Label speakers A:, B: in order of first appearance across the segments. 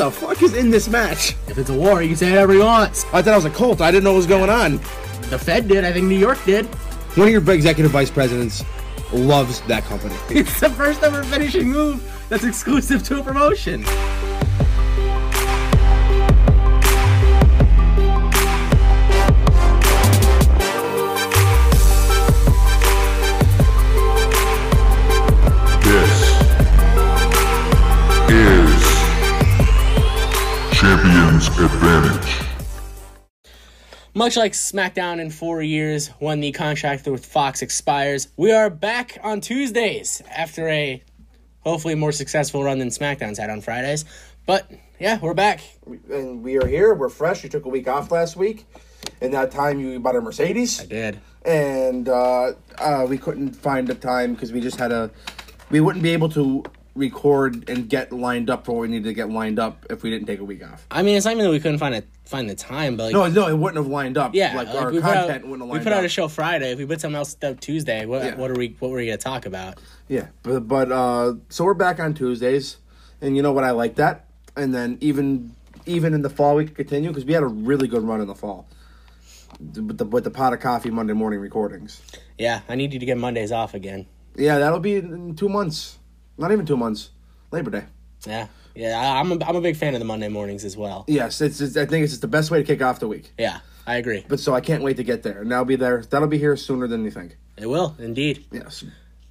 A: in this match.
B: If it's a war, you can say whatever you want.
A: I thought I was a cult. I didn't know what was going on.
B: The Fed did. I think New York did.
A: One of your executive vice presidents loves that company.
B: It's the first ever finishing move that's exclusive to a promotion.
C: This is Champions Advantage.
B: Much like SmackDown in four years, when the contract with Fox expires, we are back on Tuesdays after a hopefully more successful run than SmackDown's had on Fridays. But yeah, we're back.
D: And we are here. We're fresh. You took a week off last week. In that time, you bought a Mercedes,
B: Did
D: and uh, uh, we couldn't find a time because we just had a. We wouldn't be able to record and get lined up for what we needed to get lined up if we didn't take a week off.
B: I mean it's not even that we couldn't find a find the time, but like,
D: No, no, it wouldn't have lined up.
B: yeah,
D: like,
B: like,
D: our
B: we put out,
D: content wouldn't have
B: we
D: lined
B: put
D: up.
B: out a show Friday. If we put something else up Tuesday, what
D: Yeah.
B: what are we what were we gonna talk about?
D: Yeah, but but uh, so we're back on Tuesdays, and you know what? I like that. And then even even in the fall, we could continue because we had a really good run in the fall. With the, with the pot of coffee Monday morning recordings.
B: Yeah, I need you to get Mondays off again.
D: Yeah, that'll be in two months. Not even two months. Labor Day.
B: Yeah, yeah, I, I'm a, I'm a big fan of the Monday mornings as well.
D: Yes, it's, it's. I think it's just the best way to kick off the week.
B: Yeah, I agree.
D: But so I can't wait to get there, and that'll be there. That'll be here sooner than you think.
B: It will indeed.
D: Yes,
B: Tell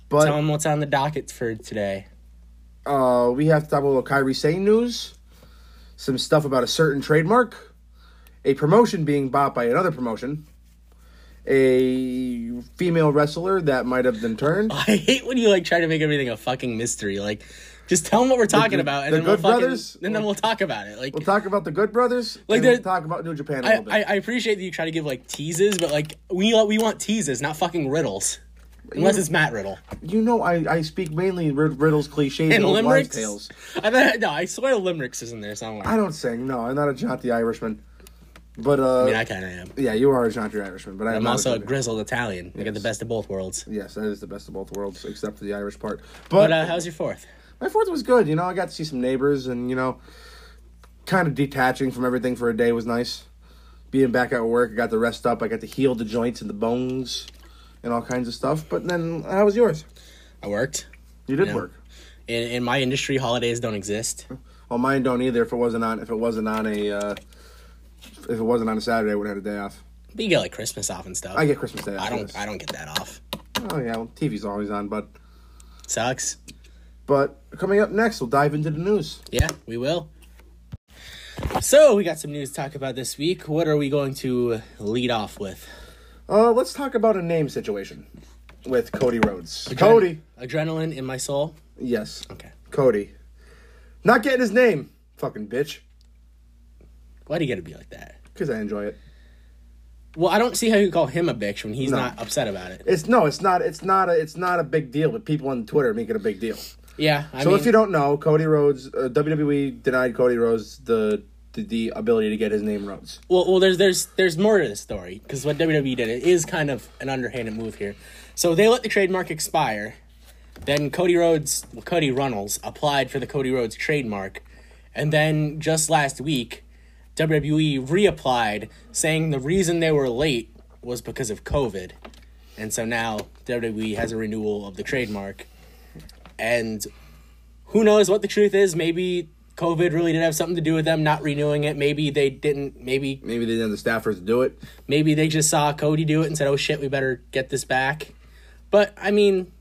D: but
B: them what's on the docket for today.
D: uh, we have to talk about a little Kyrie Sane news, some stuff about a certain trademark, a promotion being bought by another promotion, a female wrestler that might have been turned.
B: I hate when you like try to make everything a fucking mystery. Like, just tell them what we're talking
D: Good-
B: about, and
D: the
B: then we'll
D: Good
B: fucking,
D: Brothers?
B: and then we'll talk about it. Like,
D: We'll talk about the Good Brothers.
B: Like
D: and
B: there-
D: we'll talk about New Japan a
B: I,
D: little bit.
B: I, I appreciate that you try to give like teases, but like we we want teases, not fucking riddles. Unless it's Matt Riddle
D: you know, I, I speak mainly rid- riddles, cliches,
B: and
D: and old wives'
B: limericks.
D: tales.
B: I bet, no, I swear limericks is in there somewhere.
D: I
B: I,
D: don't sing. No, I'm not a jaunty Irishman. But uh,
B: mean, I kind of am.
D: yeah, you are a jaunty Irishman. But I
B: I'm
D: am
B: also a
D: great.
B: grizzled Italian. I got the best of both worlds.
D: Yes, that is the best of both worlds, except for the Irish part.
B: But
D: But,
B: uh, how's your fourth?
D: my fourth was good. You know, I got to see some neighbors, and you know, kind of detaching from everything for a day was nice. Being back at work, I got to rest up. I got to heal the joints and the bones, and all kinds of stuff. But then, how was yours?
B: I worked.
D: You did
B: Yeah.
D: work.
B: In, in my industry, holidays don't exist.
D: Well, mine don't either. If it wasn't on, if it wasn't on a, uh, if it wasn't on a Saturday, I would have had a day off.
B: But you get like Christmas off and stuff.
D: I get Christmas Day off.
B: I don't.
D: yes.
B: I don't get that off.
D: Oh yeah, well, TV's always on, but
B: Sucks.
D: but coming up next, we'll dive into the news.
B: Yeah, we will. So we got some news to talk about this week. What are we going to lead off with?
D: Uh, let's talk about a name situation with Cody Rhodes. Cody,
B: Adrenaline in my soul.
D: yes,
B: Okay.
D: Cody, not getting his name, fucking bitch,
B: Why do you got to be like that?
D: because I enjoy it.
B: Well, I don't see how you call him a bitch when he's
D: No.
B: not upset about it.
D: It's no, it's not, it's not a, it's not a big deal, but people on Twitter make it a big deal.
B: Yeah. I
D: so
B: mean,
D: if you don't know, Cody Rhodes, uh, WWE denied Cody Rhodes the, the the ability to get his name Rhodes.
B: well, well, there's there's there's more to the story because what WWE did it is kind of an underhanded move here. So they let the trademark expire. Then Cody Rhodes, well, Cody Runnels applied for the Cody Rhodes trademark, and then just last week, WWE reapplied, saying the reason they were late was because of COVID, and so now WWE has a renewal of the trademark, and who knows what the truth is? Maybe COVID really did have something to do with them not renewing it. Maybe they didn't. Maybe
D: Maybe they didn't have the staffers to do it.
B: maybe they just saw Cody do it and said, "Oh shit, we better get this back." But I mean,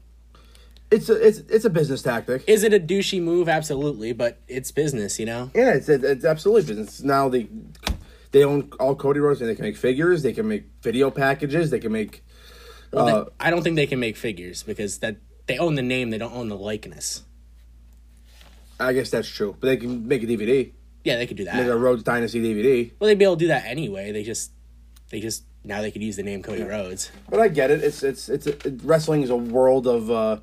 D: It's a it's it's a business tactic.
B: is it a douchey move? Absolutely, but it's business, you know.
D: Yeah, it's, it's, it's absolutely business. Now they they own all Cody Rhodes, and they can make figures, they can make video packages, they can make. uh,
B: I don't think they can make figures because that they own the name, they don't own the likeness.
D: I guess that's true, but they can make a DVD,
B: Yeah, they could do that.
D: make a Rhodes Dynasty DVD.
B: Well, they'd be able to do that anyway. They just, they just now they could use the name Cody Rhodes.
D: But I get it. It's it's it's it, wrestling is a world of uh,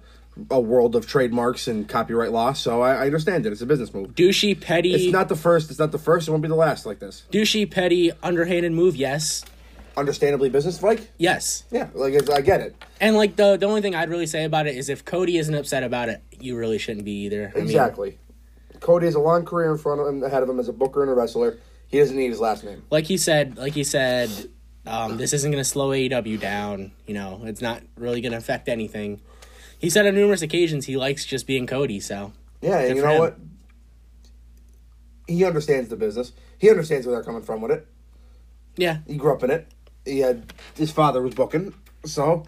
D: a world of trademarks and copyright law, so I, I understand it. It's a business move.
B: Douchey, petty,
D: It's not the first. It's not the first. It won't be the last like this.
B: douchey, petty, underhanded move. Yes,
D: Understandably, business like
B: yes.
D: yeah, like it's, I get it.
B: And like the the only thing I'd really say about it is if Cody isn't upset about it, you really shouldn't be either. I mean,
D: Exactly. Cody has a long career in front of him, ahead of him as a booker and a wrestler. He doesn't need his last name.
B: like he said, like he said, um, this isn't going to slow AEW down. You know, it's not really going to affect anything. He said on numerous occasions he likes just being Cody. So
D: Yeah, and
B: Good
D: you
B: for
D: know
B: him.
D: what? He understands the business. He understands where they're coming from with it.
B: yeah,
D: He grew up in it. He had his father was booking, so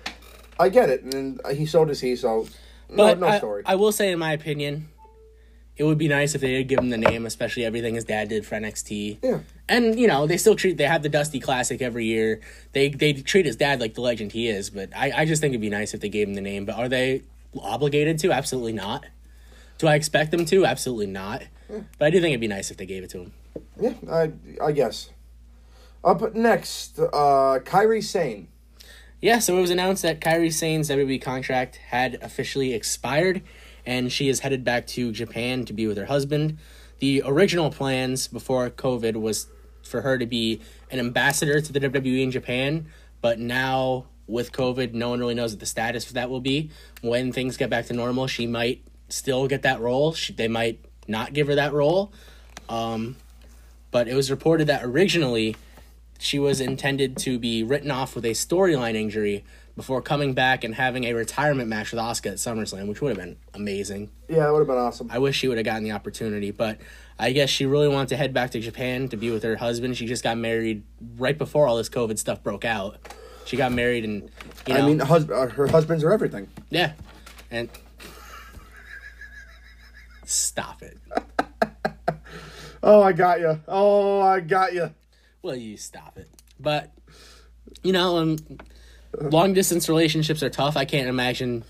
D: I get it. And then he so does he. So
B: but
D: no, no
B: I,
D: story.
B: I will say, in my opinion, it would be nice if they did give him the name, especially everything his dad did for NXT.
D: Yeah.
B: and you know they still treat they have the Dusty Classic every year. They they treat his dad like the legend he is. But I I just think it'd be nice if they gave him the name. But are they obligated to? Absolutely not. Do I expect them to? Absolutely not. But I do think it'd be nice if they gave it to him.
D: yeah, I I guess. Up next, uh, Kyrie Sane.
B: Yeah, so it was announced that Kyrie Sane's WWE contract had officially expired, and she is headed back to Japan to be with her husband. The original plans before COVID was for her to be an ambassador to the WWE in Japan, but now with COVID, no one really knows what the status for that will be. When things get back to normal, she might still get that role. She, they might not give her that role. Um, but it was reported that originally she was intended to be written off with a storyline injury before coming back and having a retirement match with Asuka at SummerSlam, which would have been amazing.
D: Yeah, that would have been awesome.
B: I wish she would have gotten the opportunity, but I guess she really wanted to head back to Japan to be with her husband. She just got married right before all this COVID stuff broke out. She got married and you know
D: I mean, hus- uh, her husbands are everything.
B: yeah. And stop it.
D: Oh, I got you. Oh, I got you.
B: Well, you stop it. But you know, um, long distance relationships are tough. I can't imagine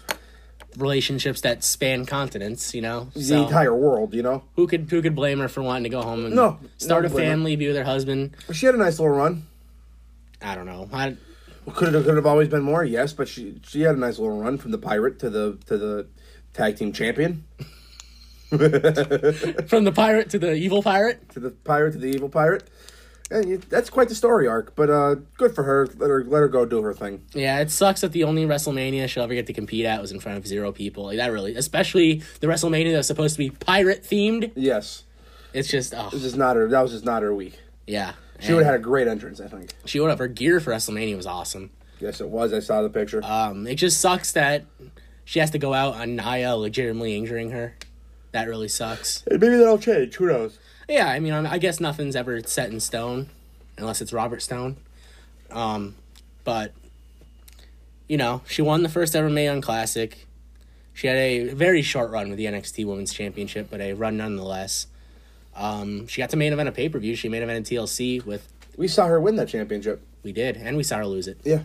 B: relationships that span continents. You know,
D: The
B: so
D: entire world, you know.
B: who could who could blame her for wanting to go home and
D: No,
B: start
D: no
B: a
D: blame her.
B: family, be with her husband?
D: She had a nice little run.
B: I don't know. I,
D: Could have could have always been more, yes, but she she had a nice little run from the pirate to the to the tag team champion
B: from the pirate to the evil pirate.
D: to the pirate to the evil pirate. And you, that's quite the story arc, but uh, good for her. Let her let her go do her thing.
B: Yeah, it sucks that the only WrestleMania she'll ever get to compete at was in front of zero people. Like that really, especially the WrestleMania that's supposed to be pirate themed.
D: Yes,
B: It's just oh
D: this is not her. That was just not her week.
B: yeah.
D: She would have had a great entrance, I think.
B: She would have her gear for WrestleMania was awesome.
D: Yes, it was. I saw the picture.
B: Um, it just sucks that she has to go out on Naya legitimately injuring her. That really sucks.
D: And maybe that'll change. Who knows?
B: Yeah, I mean, I guess nothing's ever set in stone, unless it's Robert Stone. Um, but you know, she won the first ever Mayon Classic. She had a very short run with the NXT Women's Championship, but a run nonetheless. Um, she got to main event a pay per view. She main event in TLC with
D: We saw her win that championship.
B: we did, and we saw her lose it.
D: Yeah.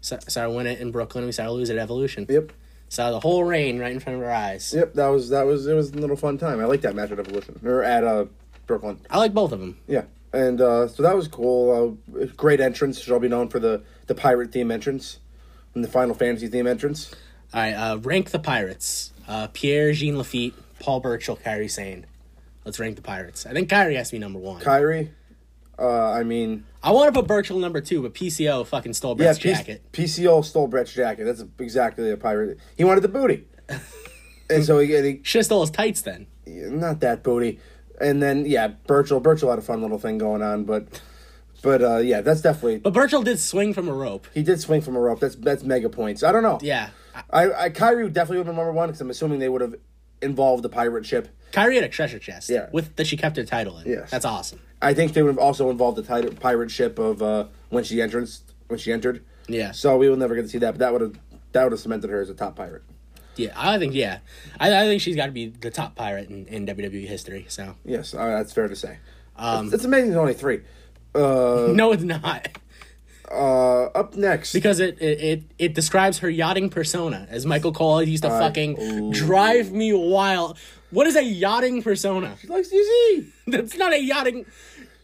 B: Saw, saw her win it in Brooklyn. We saw her lose it at Evolution.
D: Yep.
B: Saw the whole reign right in front of her eyes.
D: Yep. That was that was it was a little fun time. I like that match at Evolution or at uh Brooklyn.
B: I like both of them.
D: Yeah, and uh, so that was cool. Uh, great entrance. She'll be known for the the pirate theme entrance and the Final Fantasy theme entrance.
B: All right, uh, rank the Pirates. Uh, Pierre, Jean Lafitte, Paul Burchill, Kyrie Sane. Let's rank the Pirates. I think Kyrie has to be number one.
D: Kyrie, uh, I mean,
B: I want to put Burchill number two, but PCO fucking stole
D: yeah,
B: Brett's
D: P-
B: jacket.
D: PCO stole Brett's jacket. That's exactly a pirate. He wanted the booty, and so he, and he
B: Should have stole his tights then.
D: not that booty. And then yeah, Birchall. Birchall had a fun little thing going on, but but uh, yeah, that's definitely
B: But Burchill did swing from a rope.
D: he did swing from a rope. That's that's mega points. I don't know.
B: Yeah. I-
D: I, I Kyrie would definitely would have been number one because I'm assuming they would have involved the pirate ship.
B: Kyrie had a treasure chest.
D: Yeah.
B: With that she kept her title in.
D: Yes.
B: That's awesome.
D: I think they would have also involved the tit- pirate ship of uh, when she entrance when she entered.
B: Yeah.
D: So we will never get to see that, but that would have that would have cemented her as a top pirate.
B: Yeah. I think yeah. I, I think she's got to be the top pirate in, in WWE history. So
D: Yes, uh, that's fair to say. Um, it's, it's amazing. There's only three. Uh,
B: no, it's not.
D: uh, up next,
B: because it, it it it describes her yachting persona as Michael Cole used to fucking drive me wild. What is a yachting persona?
D: likes easy.
B: That's not a yachting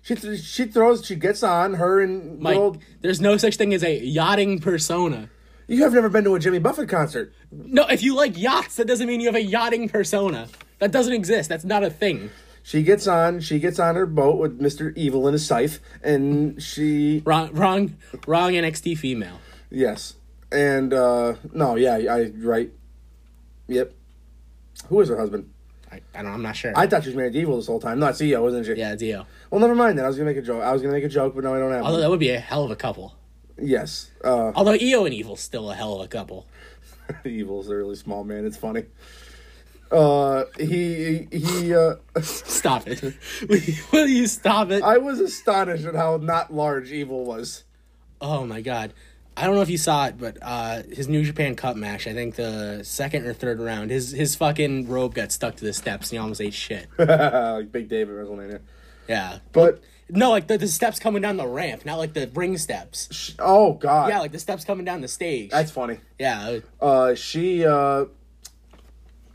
D: She th- she throws. She gets on her and
B: Mike.
D: Well,
B: There's no such thing as a yachting persona.
D: you have never been to a Jimmy Buffett concert.
B: No, if you like yachts, that doesn't mean you have a yachting persona. That doesn't exist. That's not a thing.
D: She gets on. She gets on her boat with Mister Evil and his scythe, and she
B: Wrong, wrong, wrong. NXT female.
D: Yes. And uh no, yeah, I right. Yep. Who is her husband?
B: I I, I don't. I'm not sure.
D: I thought she was mad at evil this whole time. Not CEO, wasn't she?
B: yeah, Dio.
D: Well, never mind then. I was gonna make a joke. I was gonna make a joke, but no, I don't have.
B: Although
D: One.
B: that would be a hell of a couple.
D: Yes. Uh,
B: Although Io and Evil's still a hell of a couple.
D: the evil's a really small man. It's funny. Uh, he he. Uh,
B: Stop it. Will you- Will you stop it?
D: I was astonished at how not large evil was.
B: Oh my god. I don't know if you saw it, but uh, his New Japan Cup match, I think the second or third round, his his fucking robe got stuck to the steps and he almost ate shit.
D: like Uh, Big Dave at WrestleMania.
B: Yeah.
D: But
B: No, like the, the steps coming down the ramp, not like the ring steps.
D: sh- oh god,
B: Yeah, like the steps coming down the stage.
D: that's funny.
B: yeah.
D: Uh, she. Uh,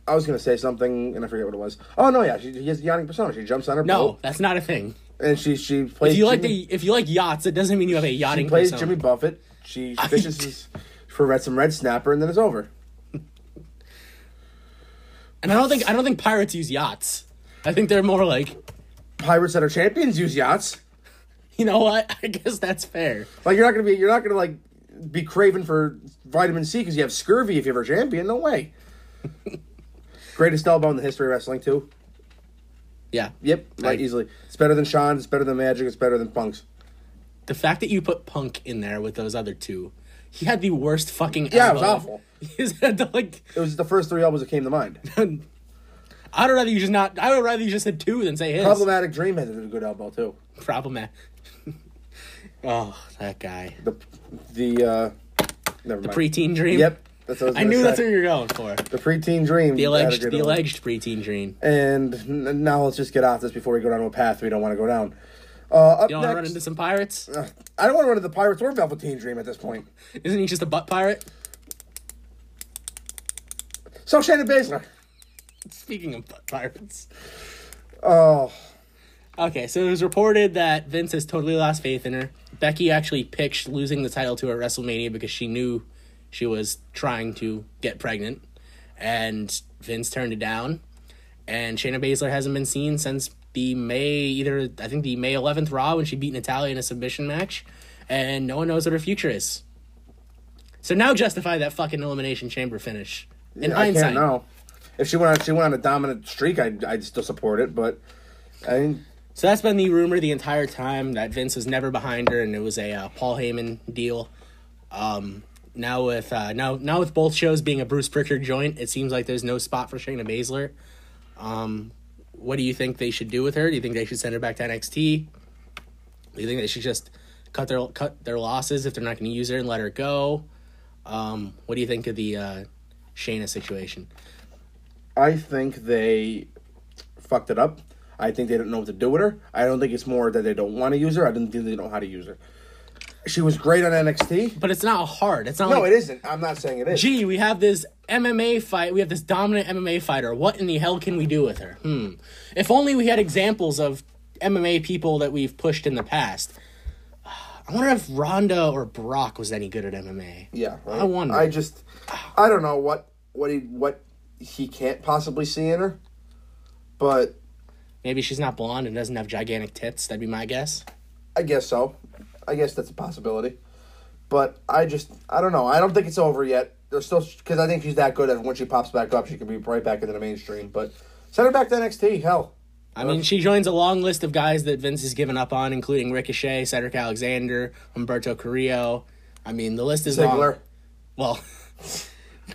D: I was gonna say something and I forget what it was. Oh no, yeah, she, she has Yannick Persona. She jumps on her
B: No,
D: boat
B: that's not a thing.
D: and she she plays.
B: If you like
D: Oh. Jimmy-
B: the if you like yachts, it doesn't mean you have a
D: She
B: yachting
D: plays
B: persona.
D: Jimmy Buffett. She fishes his- for red, some red snapper, and then it's over.
B: And I don't think I don't think pirates use yachts. I think they're more like,
D: Pirates that are champions use yachts.
B: you know what? I guess that's fair.
D: Like you're not gonna be, you're not gonna like be craving for vitamin C because you have scurvy if you ever champion. No way. Greatest elbow in the history of wrestling too.
B: Yeah.
D: Yep, right
B: Like-
D: easily. It's better than Sean's. It's better than Magic. It's better than Punk's.
B: The fact that you put Punk in there with those other two, he had the worst fucking.
D: Yeah, it was
B: elbow.
D: awful.
B: He's had the, like,
D: It was the first three elbows that came to mind.
B: I'd rather you just not. I would rather you just said two than say his.
D: Problematic Dream had a good elbow too.
B: Problematic. oh, that guy.
D: The the uh, never mind.
B: Preteen dream.
D: Yep, that's what I, was
B: I
D: gonna
B: knew
D: say.
B: that's what you were going for.
D: the preteen dream.
B: The
D: had a
B: alleged,
D: good
B: the
D: elbow.
B: alleged preteen dream.
D: And n- now let's just get off this before we go down to a path we don't want to go down. Uh, up
B: You don't want to run
D: next, Uh.
B: into some pirates?
D: I don't want to run into the Pirates or Velveteen Dream at this point.
B: Isn't he just a butt pirate?
D: So Shannon Baszler.
B: Speaking of butt pirates.
D: Oh,
B: Okay, so it was reported that Vince has totally lost faith in her. Becky actually pitched losing the title to her at WrestleMania because she knew she was trying to get pregnant, and Vince turned it down. And Shayna Baszler hasn't been seen since the May either I think the May 11th Raw when she beat Natalia in a submission match, and no one knows what her future is. So now justify that fucking elimination chamber finish. In
D: I
B: hindsight,
D: can't know. If she went on, she went on a dominant streak. I'd, I'd still support it, but I mean,
B: So that's been the rumor the entire time that Vince was never behind her, and it was a uh, Paul Heyman deal. Um, now with uh, now now with both shows being a Bruce Pritchard joint, it seems like there's no spot for Shayna Baszler. Um, what do you think they should do with her? Do you think they should send her back to NXT? Do you think they should just cut their cut their losses if they're not going to use her and let her go? Um, what do you think of the uh, Shayna situation?
D: I think they fucked it up. I think they didn't know what to do with her. I don't think it's more that they don't want to use her. I don't think they know how to use her. She was great on NXT.
B: But it's not hard. It's not
D: No,
B: like,
D: it isn't. I'm not saying it is.
B: gee, we have this MMA fight, we have this dominant MMA fighter. What in the hell can we do with her? Hmm. If only we had examples of MMA people that we've pushed in the past. I wonder if Ronda or Brock was any good at MMA.
D: Yeah, right?
B: I wonder.
D: I just, I don't know what what he what he can't possibly see in her, but
B: Maybe she's not blonde and doesn't have gigantic tits. That'd be my guess.
D: I guess so. I guess that's a possibility. But I just, I don't know. I don't think it's over yet. There's still because I think she's that good that when she pops back up, she can be right back into the mainstream. But send her back to NXT. Hell,
B: I mean, she joins a long list of guys that Vince has given up on, including Ricochet, Cedric Alexander, Humberto Carrillo. I mean, the list is long.
D: Ziggler.
B: Well,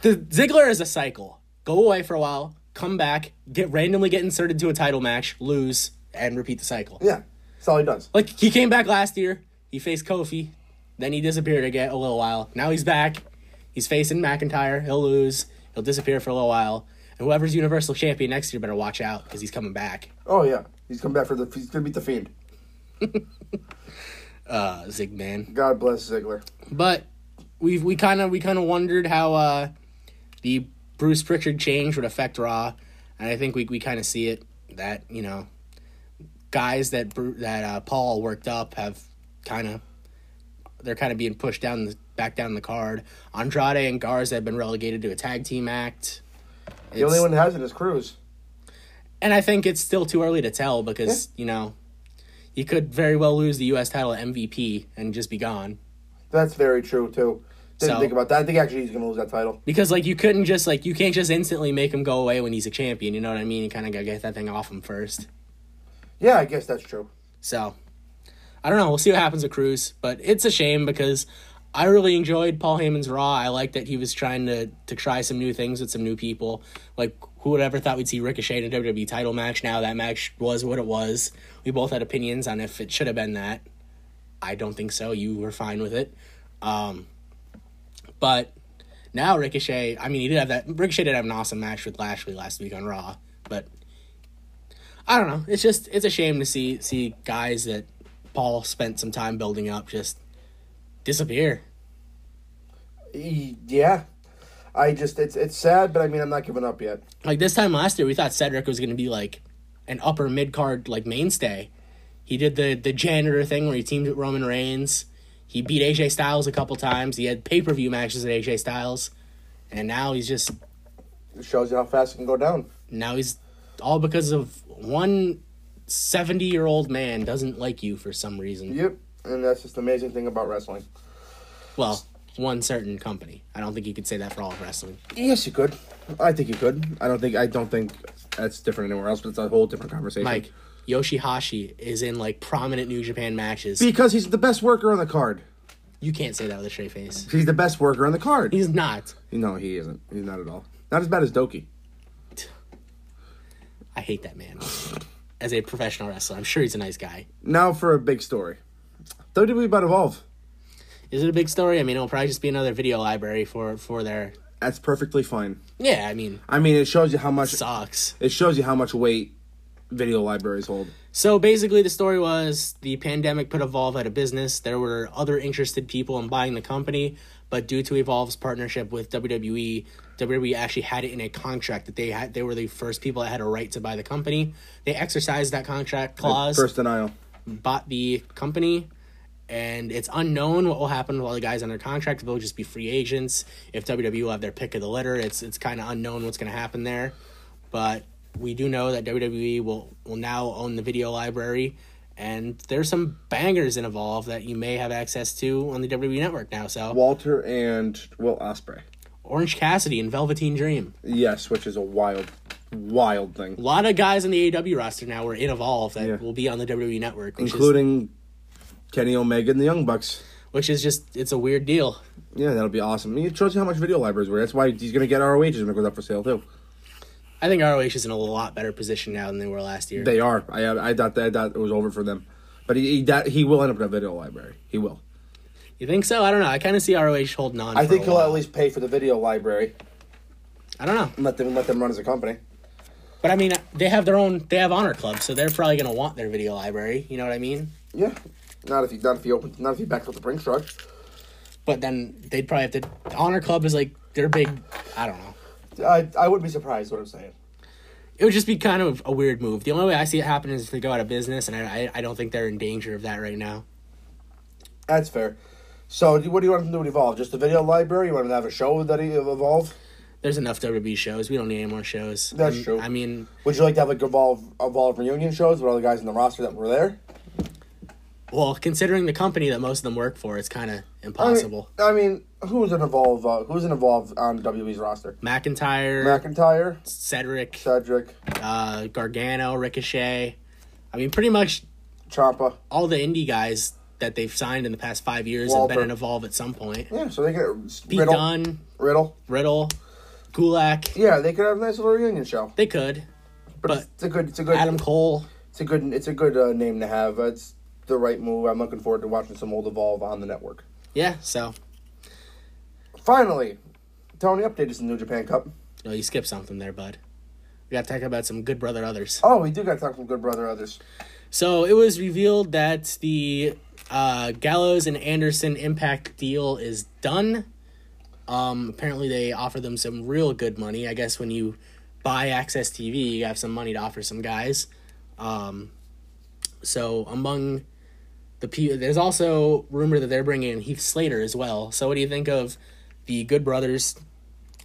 B: the Ziggler is a cycle. Go away for a while, come back, get randomly get inserted to a title match, lose, and repeat the cycle.
D: Yeah, that's all he does.
B: Like he came back last year, he faced Kofi, then he disappeared again a little while. Now he's back. He's facing McIntyre. He'll lose. He'll disappear for a little while. And whoever's Universal Champion next year better watch out because he's coming back.
D: Oh yeah, he's come back for the. He's gonna beat the fiend.
B: Uh, Zigman.
D: God bless Ziggler.
B: But we've we kind of we kind of wondered how uh, the Bruce Pritchard change would affect Raw, and I think we we kind of see it that you know guys that Bru- that uh, Paul worked up have kind of they're kind of being pushed down the, back down the card. Andrade and Garza have been relegated to a tag team act.
D: The only
B: It's-
D: one that has it is Cruz.
B: and I think it's still too early to tell because you know you could very well lose the U.S. title at MVP and just be gone.
D: That's very true too. Didn't
B: So-
D: think about that. I think actually he's gonna lose that title.
B: Because like you couldn't just like you can't just instantly make him go away when he's a champion. You know what I mean? You kind of gotta get that thing off him first.
D: Yeah, I guess that's true.
B: So I don't know. We'll see what happens with Cruz, but it's a shame because I really enjoyed Paul Heyman's Raw. I liked that he was trying to to try some new things with some new people. Like who would ever thought we'd see Ricochet in a WWE title match? Now that match was what it was. We both had opinions on if it should have been that. I don't think so. You were fine with it, um, but now Ricochet. I mean, he did have that. Ricochet did have an awesome match with Lashley last week on Raw, but I don't know. It's just it's a shame to see see guys that Paul spent some time building up just disappear.
D: E- Yeah, I just it's it's sad, but I mean I'm not giving up yet.
B: Like this time last year, we thought Cedric was going to be like an upper mid card like mainstay. He did the the janitor thing where he teamed with Roman Reigns. He beat AJ Styles a couple times. He had pay per view matches with AJ Styles, and now he's just
D: It shows you how fast it can go down.
B: now he's all because of one 70 year old man doesn't like you for some reason.
D: Yep, and that's just the amazing thing about wrestling.
B: Well, one certain company. I don't think you could say that for all of wrestling.
D: Yes, you could. I think you could. I don't think I don't think that's different anywhere else, but it's a whole different conversation.
B: Like Yoshihashi is in like prominent New Japan matches.
D: because he's the best worker on the card.
B: You can't say that with a straight face.
D: He's the best worker on the card.
B: He's not.
D: no, he isn't. He's not at all. Not as bad as Doki.
B: I hate that man. As a professional wrestler, I'm sure he's a nice guy.
D: Now for a big story. WWE about Evolve.
B: Is it a big story? I mean, it'll probably just be another video library for for their.
D: That's perfectly fine.
B: Yeah, I mean,
D: I mean, it shows you how much
B: sucks.
D: it shows you how much weight video libraries hold.
B: So basically, the story was the pandemic put Evolve out of business. There were other interested people in buying the company, but due to Evolve's partnership with E, WWE, WWE actually had it in a contract that they had. They were the first people that had a right to buy the company. They exercised that contract clause,
D: First denial.
B: bought the company, and it's unknown what will happen with all the guys under contract. They'll just be free agents. If WWE will have their pick of the litter, it's it's kind of unknown what's going to happen there. But we do know that WWE will will now own the video library, and there's some bangers in Evolve that you may have access to on the WWE network now. So
D: Walter and Will Osprey.
B: Orange Cassidy and Velveteen Dream,
D: Yes, which is a wild, wild
B: a
D: thing,
B: lot of guys in the AEW roster now were in Evolve that
D: Yeah.
B: will be on the WWE network, which is
D: including Kenny Omega and the Young Bucks.
B: which is just it's a weird deal.
D: Yeah, that'll be awesome. I mean, it shows you how much video libraries were. That's why he's gonna get ROH when it goes up for sale too.
B: I think ROH is in a lot better position now than they were last year.
D: They are. I I thought that I thought it was over for them, but he he, that, he will end up in a video library. He will.
B: You think so? I don't know. I kind of see ROH holding on.
D: I
B: for
D: think
B: a
D: he'll
B: while.
D: at least pay for the video library
B: I don't know,
D: and let them let them run as a company.
B: but I mean, they have their own. They have Honor Club, so they're probably gonna want their video library. You know what I mean?
D: Yeah. Not if he not if he opens not if he backs up the Brinks truck.
B: But then they'd probably have to. Honor Club is like their big. I don't know.
D: I I would be surprised what I'm saying.
B: It would just be kind of a weird move. The only way I see it happen is if they go out of business, and I I, I don't think they're in danger of that right now.
D: That's fair. So do- what do you want him to do with Evolve? Just a video library? You want him to have a show that he evolve?
B: There's enough WWE shows. We don't need any more shows.
D: That's
B: Um,
D: true.
B: I mean,
D: Would you like to have like evolve evolve reunion shows with all the guys in the roster that were there?
B: well, considering the company that most of them work for, it's kind of impossible.
D: I mean, I mean who's an evolve? Uh, who's an evolve on WWE's roster?
B: McIntyre,
D: McIntyre,
B: Cedric,
D: Cedric,
B: uh, Gargano, Ricochet. I mean, pretty much
D: Ciampa.
B: all the indie guys that they've signed in the past five years have
D: Walter.
B: been in Evolve at some point.
D: Yeah, so they get
B: Pete
D: Riddle.
B: Dunne,
D: Riddle.
B: Riddle, Gulak.
D: Yeah, they could have a nice little reunion show.
B: They could.
D: But,
B: But
D: it's, it's a good, it's a good,
B: Adam Cole.
D: it's a good, it's a good uh, name to have. It's the right move. I'm looking forward to watching some old evolve on the network.
B: Yeah, so
D: Finally, Tony updated us in New Japan Cup.
B: no, you skipped something there, bud. We got to talk about some good brother others.
D: Oh, we do got to talk from Good Brother others.
B: So it was revealed that the uh, Gallows and Anderson Impact deal is done. Um, apparently, they offer them some real good money. I guess when you buy Access TV, you have some money to offer some guys. Um, so among the people, there's also rumor that they're bringing in Heath Slater as well. So what do you think of the Good Brothers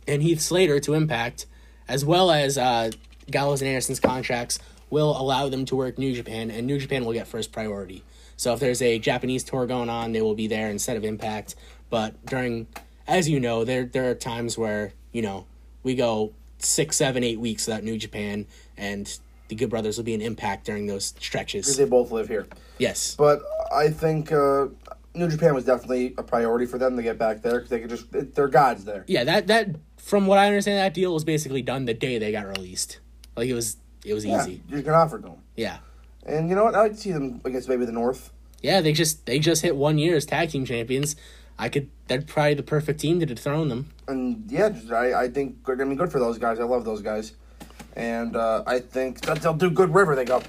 B: and Heath Slater to Impact, as well as uh, Gallows and Anderson's contracts, will allow them to work New Japan, and New Japan will get first priority. So if there's a Japanese tour going on, they will be there instead of Impact. But during as you know, there there are times where you know we go six, seven, eight weeks without New Japan, and the Good Brothers will be an impact during those stretches.
D: They both live here.
B: Yes,
D: But I think uh, New Japan was definitely a priority for them to get back there because they could just they're gods there.
B: yeah. That that from what I understand, that deal was basically done the day they got released. Like it was it was
D: Yeah,
B: easy.
D: you can offer to them.
B: Yeah,
D: And you know what? I'd see them against maybe the North.
B: yeah. They just they just hit one year as tag team champions. I could. They're probably the perfect team to dethrone them.
D: And yeah, just- I, I think I mean good for those guys. I love those guys, and uh, I think that they'll do good wherever they go.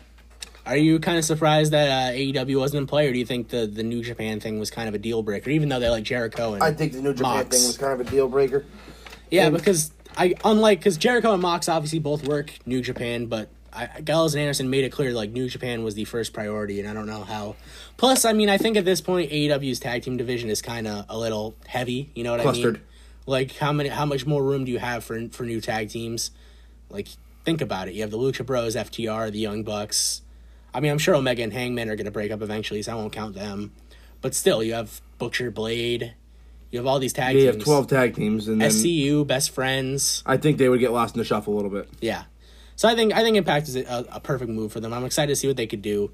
B: Are you kind of surprised that uh, AEW wasn't in play, or do you think the, the New Japan thing was kind of a deal breaker? Even though they like Jericho and
D: I think the New Japan
B: Mox.
D: thing was kind of a deal breaker.
B: Yeah, because I unlike because Jericho and Mox obviously both work New Japan, but I, I- Gallows and Anderson made it clear like New Japan was the first priority, and I don't know how. Plus, I mean, I think at this point AEW's tag team division is kind of a little heavy. You know what I
D: Clustered.
B: mean? Like how many how much more room do you have for for new tag teams? Like think about it. You have the Lucha Bros, FTR, the Young Bucks. I mean, I'm sure Omega and Hangman are going to break up eventually, so I won't count them. But still, you have Butcher, Blade. You have all these tag
D: They
B: teams.
D: have twelve tag teams, and then
B: SCU, best friends.
D: I think they would get lost in the shuffle a little bit.
B: Yeah. So I think I think Impact is a, a perfect move for them. I'm excited to see what they could do.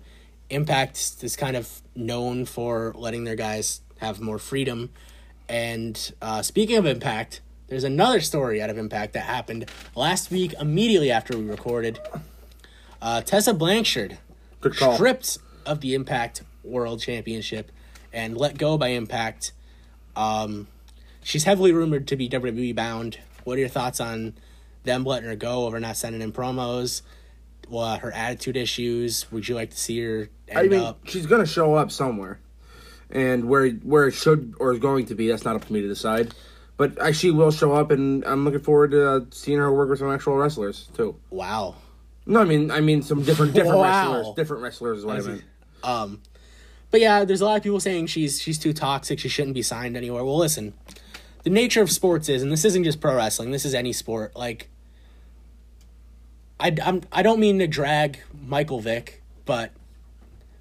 B: Impact is kind of known for letting their guys have more freedom. And uh, speaking of Impact, there's another story out of Impact that happened last week, immediately after we recorded. Uh, Tessa Blanchard
D: Good call.
B: stripped of the Impact World Championship and let go by Impact. Um, she's heavily rumored to be WWE bound. What are your thoughts on them letting her go over not sending in promos? Well, her attitude issues. Would you like to see her end
D: I mean,
B: up?
D: she's gonna show up somewhere, and where where it should or is going to be, that's not up to me to decide. But I, she will show up, and I'm looking forward to uh, seeing her work with some actual wrestlers too.
B: Wow.
D: No, I mean, I mean some different different
B: Wow.
D: wrestlers, different wrestlers is what I meant.
B: But yeah, there's a lot of people saying she's she's too toxic. She shouldn't be signed anywhere. Well, listen, the nature of sports is, and this isn't just pro wrestling. This is any sport. Like, I I'm, I don't mean to drag Michael Vick, but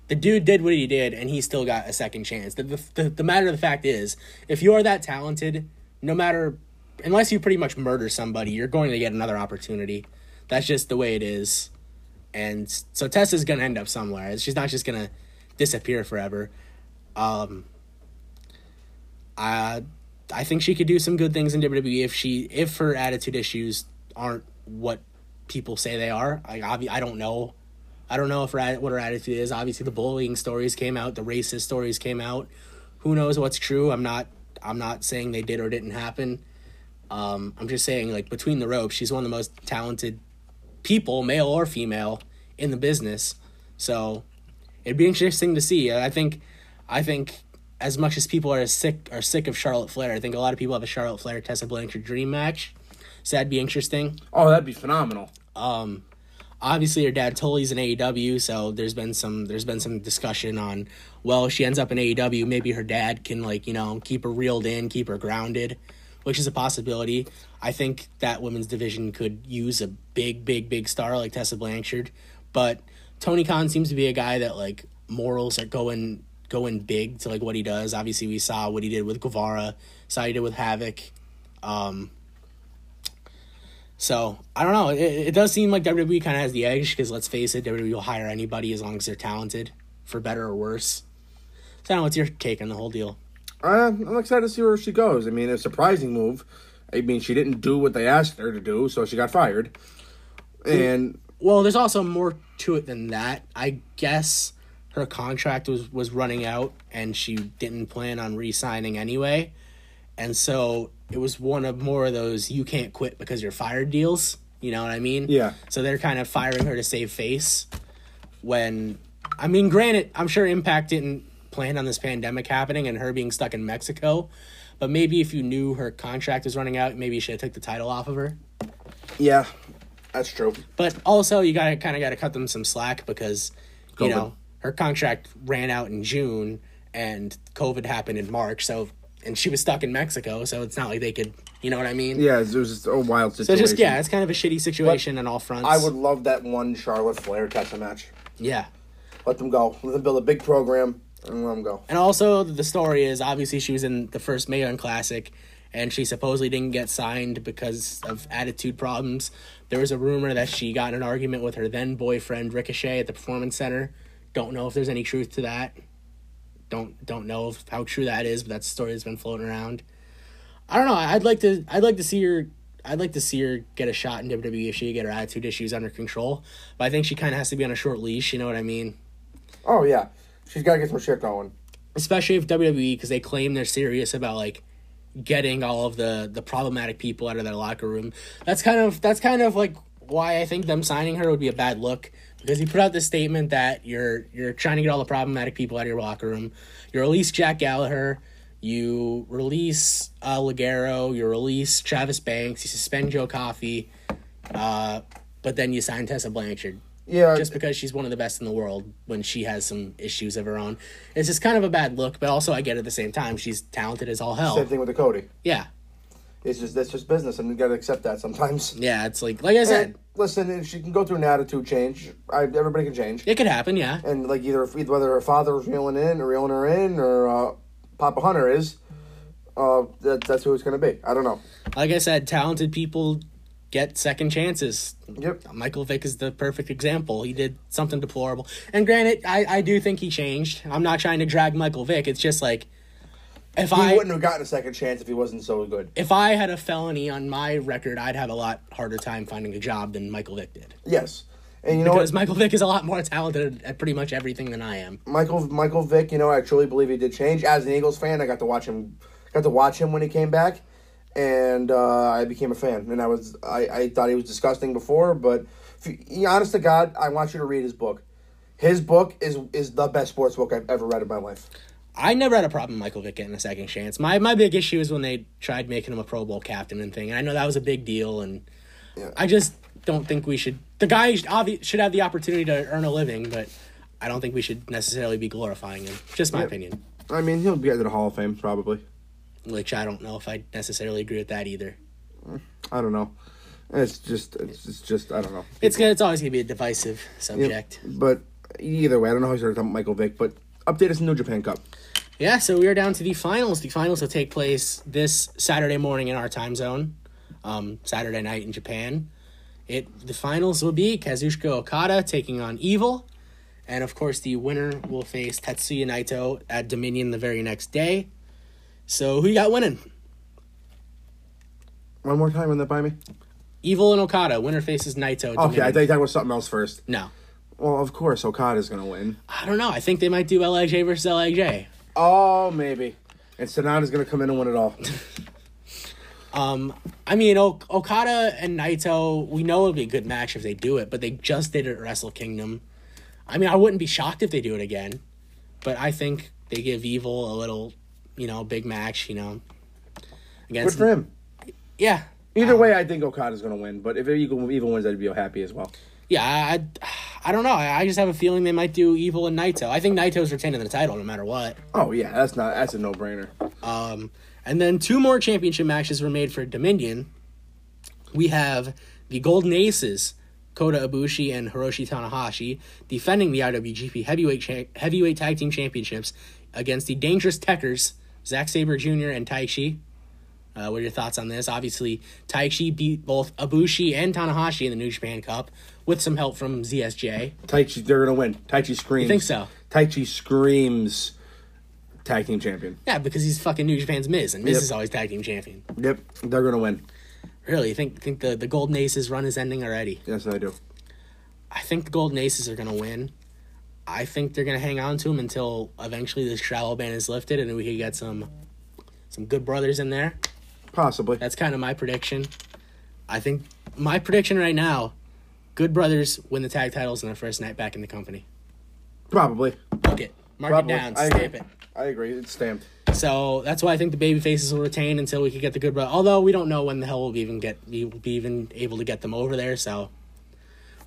B: the dude did what he did, and he still got a second chance. The the the, the matter of the fact is, if you are that talented, no matter unless you pretty much murder somebody, you're going to get another opportunity. That's just the way it is. And so Tessa's gonna end up somewhere. She's not just gonna disappear forever. Um, I, I think she could do some good things in WWE if she if her attitude issues aren't what people say they are. I obvi- I don't know. I don't know if her, at- what her attitude is. Obviously, the bullying stories came out, the racist stories came out. Who knows what's true? I'm not. I'm not saying they did or didn't happen. Um, I'm just saying, like between the ropes, she's one of the most talented people, male or female, in the business. So it'd be interesting to see. And I think, I think as much as people are sick are sick of Charlotte Flair, I think a lot of people have a Charlotte Flair Tessa Blanchard dream match. So that'd be interesting.
D: Oh, that'd be phenomenal.
B: Obviously, her dad Tully's in AEW, so there's been some there's been some discussion on. Well, she ends up in AEW. Maybe her dad can like you know keep her reeled in, keep her grounded, which is a possibility. I think that women's division could use a big, big, big star like Tessa Blanchard, but Tony Khan seems to be a guy that like morals are going going big to like what he does. Obviously, we saw what he did with Guevara, saw what he did with Havoc. So I don't know. It, it does seem like WWE kind of has the edge because let's face it, WWE will hire anybody as long as they're talented, for better or worse. So I don't know. What's your take on the whole deal?
D: Uh, I'm excited to see where she goes. I mean, a surprising move. I mean, she didn't do what they asked her to do, so she got fired. And
B: Well, there's also more to it than that. I guess her contract was was running out and she didn't plan on re-signing anyway. And so it was one of more of those you can't quit because you're fired deals, you know what I mean?
D: Yeah.
B: So they're kind of firing her to save face when I mean granted, I'm sure Impact didn't plan on this pandemic happening and her being stuck in Mexico, but maybe if you knew her contract was running out, maybe you should have took the title off of her.
D: yeah, that's true.
B: But also, you gotta kind of gotta cut them some slack because, you
D: COVID.
B: know, her contract ran out in June and COVID happened in March. So, and she was stuck in Mexico. So it's not like they could, you know what I mean?
D: Yeah, it was just a wild
B: So
D: situation.
B: it's just yeah, it's kind of a shitty situation on all fronts.
D: I would love that one Charlotte Flair Tessa match.
B: yeah.
D: Let them go. Let them build a big program and let them go.
B: And also, the story is obviously she was in the first Mayon Classic, and she supposedly didn't get signed because of attitude problems. There was a rumor that she got in an argument with her then boyfriend Ricochet at the Performance Center. Don't know if there's any truth to that. Don't don't know if, how true that is, but that's a story that's been floating around. I don't know. I'd like to. I'd like to see her. I'd like to see her get a shot in WWE if she could get her attitude issues under control. But I think she kind of has to be on a short leash. You know what I mean?
D: Oh yeah, she's got to get some shit going.
B: especially if WWE because they claim they're serious about like getting all of the the problematic people out of their locker room. That's kind of that's kind of like why I think them signing her would be a bad look because you put out this statement that you're you're trying to get all the problematic people out of your locker room. You release Jack Gallagher, you release uh, Ligero, you release Travis Banks, you suspend Joe Coffey, uh, but then you sign Tessa Blanchard
D: Yeah,
B: just because she's one of the best in the world when she has some issues of her own. It's just kind of a bad look, but also I get it at the same time she's talented as all
D: same
B: hell.
D: thing with the Cody.
B: Yeah,
D: It's just that's just business, and you got to accept that sometimes.
B: yeah. It's like like I
D: And
B: said,
D: listen, if she can go through an attitude change, I, everybody can change.
B: it could happen. Yeah,
D: and like either either whether her father was reeling in or reeling her in or uh, Papa Hunter is, uh, that, that's who it's gonna be. I don't know.
B: like I said, talented people get second chances.
D: Yep.
B: Michael Vick is the perfect example. He did something deplorable, and granted, I I do think he changed. I'm not trying to drag Michael Vick. It's just like if
D: He
B: I
D: wouldn't have gotten a second chance if he wasn't so good.
B: if I had a felony on my record, I'd have a lot harder time finding a job than Michael Vick did.
D: Yes, and you know
B: Because
D: what,
B: Michael Vick is a lot more talented at pretty much everything than I am.
D: Michael Michael Vick, you know I truly believe he did change. As an Eagles fan, I got to watch him, got to watch him when he came back, and uh, I became a fan. And I was I, I thought he was disgusting before, but if you, yeah, honest to God, I want you to read his book. His book is is the best sports book I've ever read in my life.
B: I never had a problem with Michael Vick getting a second chance. My my big issue is when they tried making him a Pro Bowl captain and thing. And I know that was a big deal, and I just don't think we should. The guy should, obvi- should have the opportunity to earn a living, but I don't think we should necessarily be glorifying him. Just my opinion.
D: I mean, he'll be at the Hall of Fame probably.
B: Which I don't know if I necessarily agree with that either.
D: I don't know. It's just, it's, it's just, I don't know.
B: It's gonna, it's always gonna be a divisive
D: Yeah,
B: subject.
D: But either way, I don't know how you started talking about Michael Vick, but update us in New Japan Cup.
B: Yeah, so we are down to the finals. The finals will take place this Saturday morning in our time zone, um, Saturday night in Japan. It the finals will be Kazuchika Okada taking on Evil, and of course the winner will face Tetsuya Naito at Dominion the very next day. So who you got winning?
D: One more time on that by me.
B: Evil and Okada. Winner faces Naito. at
D: Okay, I
B: Dominion.
D: thought you talked about something else first.
B: no.
D: Well, of course, Okada's gonna win.
B: I don't know. I think they might do Lij versus Lij.
D: Oh, maybe. And Sonata's gonna come in and win it all.
B: I mean, ok- Okada and Naito, we know it'll be a good match if they do it, but they just did it at Wrestle Kingdom. I mean, I wouldn't be shocked if they do it again, but I think they give Evil a little, you know, big match, you know,
D: Good
B: against
D: for him.
B: yeah,
D: Either way, I think Okada's gonna win. But if Eagle even wins, I'd be happy as well.
B: yeah. I, I don't know. I, I just have a feeling they might do Evil and Naito. I think Naito's retaining the title no matter what.
D: Oh yeah, that's not that's a no brainer.
B: Um, And then two more championship matches were made for Dominion. We have the Golden Aces, Kota Ibushi and Hiroshi Tanahashi, defending the IWGP Heavyweight cha- Heavyweight Tag Team Championships against the Dangerous Techers, Zack Saber Jr. and Taichi. Uh, what are your thoughts on this? Obviously, Taichi beat both Ibushi and Tanahashi in the New Japan Cup with some help from ZSJ.
D: Taichi, they're gonna win. Taichi screams.
B: think so?
D: Taichi screams. Tag team champion.
B: Yeah, because he's fucking New Japan's Miz, and Miz
D: Yep.
B: is always tag team champion.
D: Yep, they're gonna win.
B: Really, think think the, the Golden Aces run is ending already.
D: Yes, I do.
B: I think the Golden Aces are going to win. I think they're going to hang on to them until eventually this travel ban is lifted and we can get some some good brothers in there.
D: Possibly.
B: That's kind of my prediction. I think my prediction right now, good brothers win the tag titles in their first night back in the company.
D: Probably.
B: Book it. Mark
D: Probably.
B: it down.
D: I
B: Stamp
D: agree.
B: it.
D: I agree. It's stamped.
B: So that's why I think the baby faces will retain until we can get the good brother. Although we don't know when the hell we'll be even get we will be even able to get them over there. So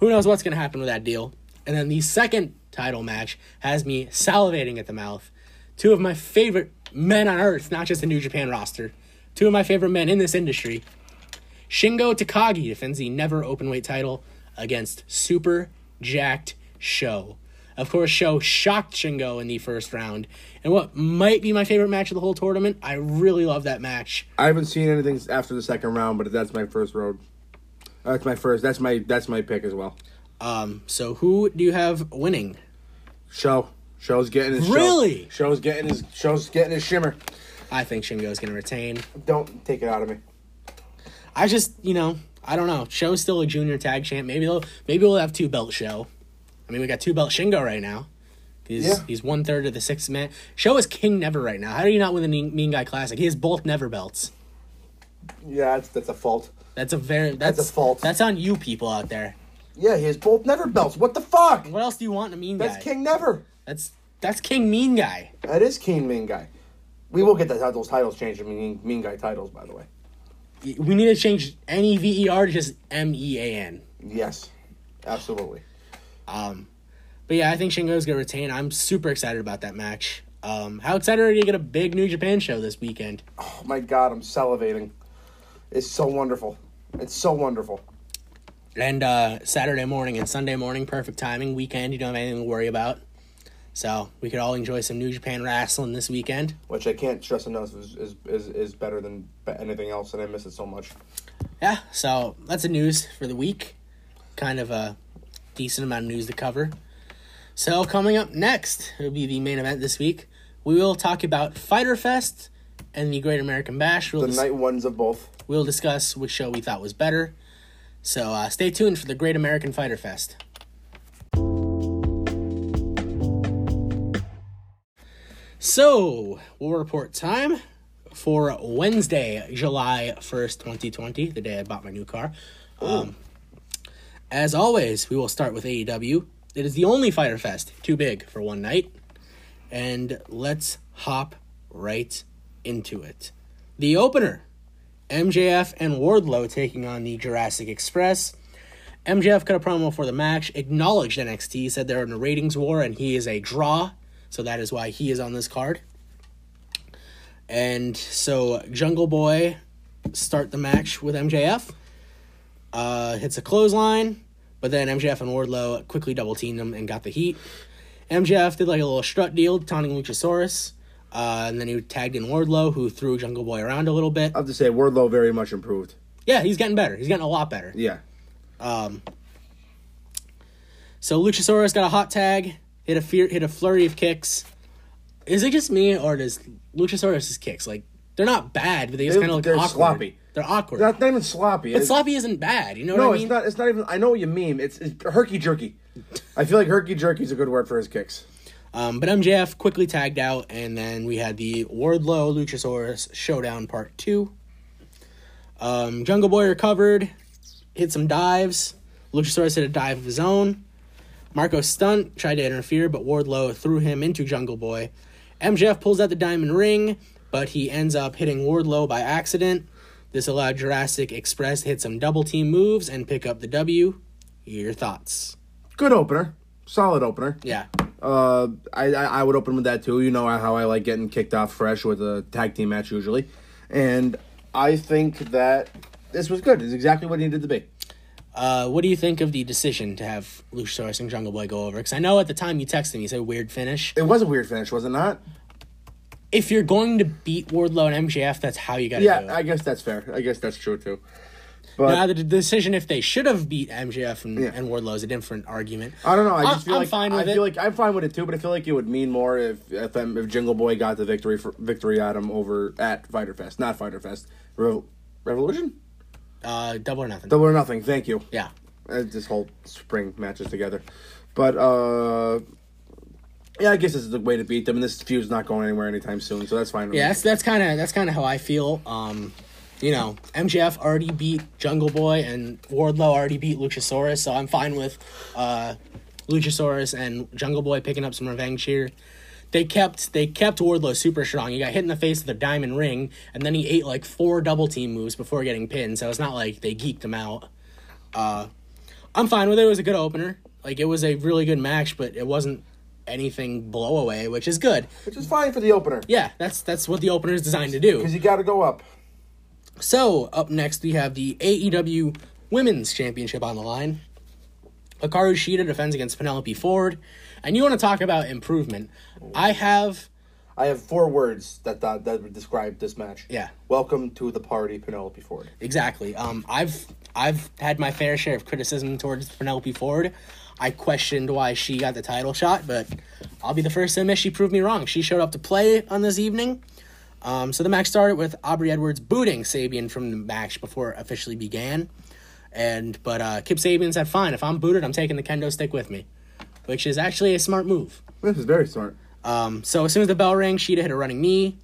B: who knows what's gonna happen with that deal? And then the second title match has me salivating at the mouth. Two of my favorite men on earth, not just the New Japan roster. Two of my favorite men in this industry. Shingo Takagi defends the never openweight title against Super Jacked Show. Of course, Show shocked Shingo in the first round. And what might be my favorite match of the whole tournament, I really love that match.
D: I haven't seen anything after the second round, but that's my first road. That's my first. That's my that's my pick as well.
B: Um, so who do you have winning?
D: Show. Show's getting his show.
B: Really?
D: Show's getting his show's getting his shimmer.
B: I think Shingo's going to retain.
D: Don't take it out of me.
B: I just, you know, I don't know. Show's still a junior tag champ. Maybe they'll, maybe we'll have two belt show. I mean, we got two belt Shingo right now. He's
D: Yeah.
B: he's one third of the six man. Show is king never right now. How do you not win the Mean Mean Guy Classic? He has both never belts.
D: Yeah, that's that's a fault.
B: That's a very that's,
D: a fault.
B: That's on you people out there.
D: Yeah, he has both never belts. What the fuck?
B: What else do you want in a mean
D: That's
B: guy?
D: King Never.
B: That's that's King Mean Guy.
D: That is King Mean Guy. We will get that, those titles changed. I mean, Mean Guy titles, by the way.
B: We need to change any V E R to just M E A N.
D: Yes, absolutely.
B: But yeah, I think Shingo's gonna retain. I'm super excited about that match. Um, how excited are you to get a big New Japan show this weekend?
D: Oh my God, I'm salivating. It's so wonderful. It's so wonderful.
B: And uh, Saturday morning and Sunday morning, perfect timing. Weekend, you don't have anything to worry about. So we could all enjoy some New Japan wrestling this weekend.
D: Which I can't stress enough is is, is, is better than be- anything else, and I miss it so much.
B: Yeah, so that's the news for the week. Kind of a decent amount of news to cover. So coming up next, it'll be the main event this week. We will talk about Fighter Fest and the Great American Bash. We'll
D: The
B: dis-
D: night ones of both.
B: we'll discuss which show we thought was better. So uh, stay tuned for the Great American Fighter Fest. So, we'll report time for Wednesday, July 1st, 2020, the day I bought my new car. Um, as always, we will start with AEW. It is the only Fighter Fest too big for one night. And let's hop right into it. The opener MJF and Wardlow taking on the Jurassic Express. MJF cut a promo for the match, acknowledged NXT, said they're in a ratings war and he is a draw, so that is why he is on this card. And so Jungle Boy start the match with MJF. Uh, hits a clothesline, but then MJF and Wardlow quickly double teamed him and got the heat. MJF did like a little strut deal, taunting Luchasaurus, uh, and then he tagged in Wardlow, who threw Jungle Boy around a little bit.
D: I have to say, Wardlow very much improved.
B: Yeah, he's getting better. He's getting a lot better.
D: Yeah.
B: So Luchasaurus got a hot tag, hit a fear, hit a flurry of kicks. Is it just me or does Luchasaurus's kicks like they're not bad, but they just
D: They-
B: kind of look
D: they're
B: awkward.
D: sloppy.
B: They're awkward.
D: Not, not even sloppy.
B: but
D: It's-
B: sloppy isn't bad. You know
D: No,
B: what I mean?
D: it's not. It's not even. I know what you mean. It's, it's herky jerky. I feel like herky jerky is a good word for his kicks.
B: Um, but MJF quickly tagged out, and then we had the Wardlow Luchasaurus Showdown Part 2. Um, Jungle Boy recovered, hit some dives. Luchasaurus hit a dive of his own. Marco Stunt tried to interfere, but Wardlow threw him into Jungle Boy. MJF pulls out the diamond ring, but he ends up hitting Wardlow by accident. This allowed Jurassic Express to hit some double team moves and pick up the W. Your thoughts?
D: Good opener. Solid opener.
B: Yeah.
D: Uh, I, I I would open with that too. You know how I like getting kicked off fresh with a tag team match usually, and I think that this was good. It's exactly what it needed to be.
B: Uh, what do you think of the decision to have Luchasaurus and Jungle Boy go over? Because I know at the time you texted me, you said weird finish.
D: It was a weird finish, was it not?
B: If you're going to beat Wardlow and MJF, that's how you got to do
D: Yeah,
B: it.
D: I guess that's fair. I guess that's true too.
B: now, the decision if they should have beat MJF and,
D: Yeah.
B: and Wardlow is a different argument.
D: I don't know. I
B: I'm-
D: just feel
B: I'm
D: like
B: fine
D: I
B: with
D: feel
B: it.
D: like I'm fine with it too. But I feel like it would mean more if if, um, if Jingle Boy got the victory for victory at him over at Fighter Fest, not Fighter Fest, Rev- Revolution,
B: Uh, double or nothing.
D: Double or Nothing. Thank you.
B: yeah.
D: Uh, this whole spring matches together, but uh, yeah, I guess this is the way to beat them. And this feud's not going anywhere anytime soon, so that's fine. with me.
B: Yeah, that's that's kind of that's kind of how I feel. Um, you know, MJF already beat Jungle Boy and Wardlow already beat Luchasaurus, so I'm fine with uh, Luchasaurus and Jungle Boy picking up some revenge here. They kept they kept Wardlow super strong. He got hit in the face with a diamond ring, and then he ate like four double team moves before getting pinned. So it's not like they geeked him out. Uh, I'm fine with it. It was a good opener. Like it was a really good match, but it wasn't anything blow away, which is good.
D: which is fine for the opener.
B: Yeah, that's that's what the opener is designed to do.
D: because you got to go up.
B: So up next we have the E AEW Women's Championship on the line. Hikaru Shida defends against Penelope Ford. And you want to talk about improvement? I have
D: I have four words that that, that would describe this match.
B: Yeah.
D: Welcome to the party, Penelope Ford.
B: Exactly. Um, I've I've had my fair share of criticism towards Penelope Ford. I questioned why she got the title shot, but I'll be the first to admit she proved me wrong. She showed up to play on this evening. Um, so the match started with Aubrey Edwards booting Sabian from the match before it officially began. And but uh, Kip Sabian said, "Fine, if I'm booted, I'm taking the kendo stick with me," which is actually a smart move.
D: This is very smart.
B: So as soon as the bell rang, Sheeta hit a running knee.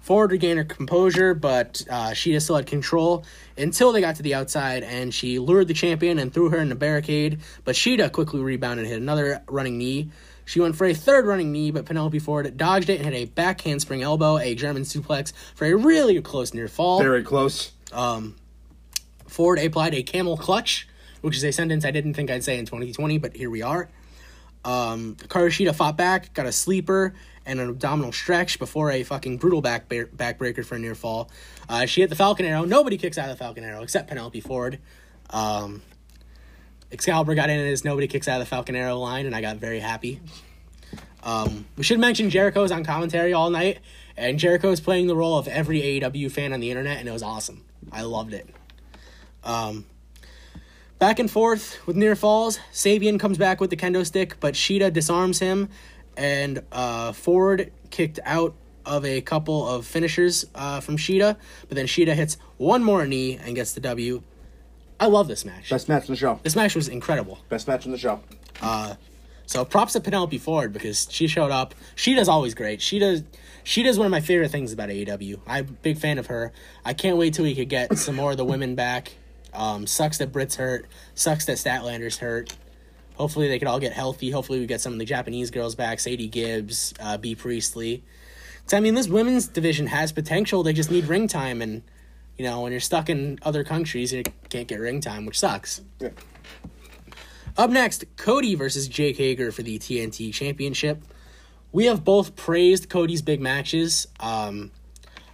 B: Ford regained her composure, but uh, Sheeta still had control until they got to the outside, and she lured the champion and threw her in the barricade. But Sheeta quickly rebounded and hit another running knee. She went for a third running knee, but Penelope Ford dodged it and hit a back handspring elbow, a German suplex for a really close near fall.
D: Very close.
B: Ford applied a camel clutch, which is a sentence I didn't think I'd say in 2020, but here we are. Um, Karashita fought back, got a sleeper and an abdominal stretch before a fucking brutal back backbreaker for a near fall. Uh, she hit the Falcon Arrow. Nobody kicks out of the Falcon Arrow except Penelope Ford. Um, Excalibur got in his nobody kicks out of the Falcon Arrow line, and I got very happy. Um, we should mention Jericho's on commentary all night, and Jericho's playing the role of every AEW fan on the internet, and it was awesome. I loved it. Um, Back and forth with near falls. Sabian comes back with the kendo stick, but Sheeta disarms him, and uh, Ford kicked out of a couple of finishers uh, from Sheeta. But then Sheeta hits one more knee and gets the W. I love this match.
D: Best match in the show.
B: this match was incredible.
D: Best match in the show.
B: So props to Penelope Ford because she showed up. Sheeta's always great. She does. She does one of my favorite things about AEW. I'm a big fan of her. I can't wait till we could get some more of the women back. Um, sucks that Brits hurt. Sucks that Statlander's hurt. Hopefully they could all get healthy. Hopefully we get some of the Japanese girls back. Sadie Gibbs, uh, B Priestley. 'Cause, I mean, this women's division has potential. They just need ring time, and you know, when you're stuck in other countries, you can't get ring time, which sucks.
D: Yeah.
B: Up next, Cody versus Jake Hager for the TNT Championship. We have both praised Cody's big matches. Um,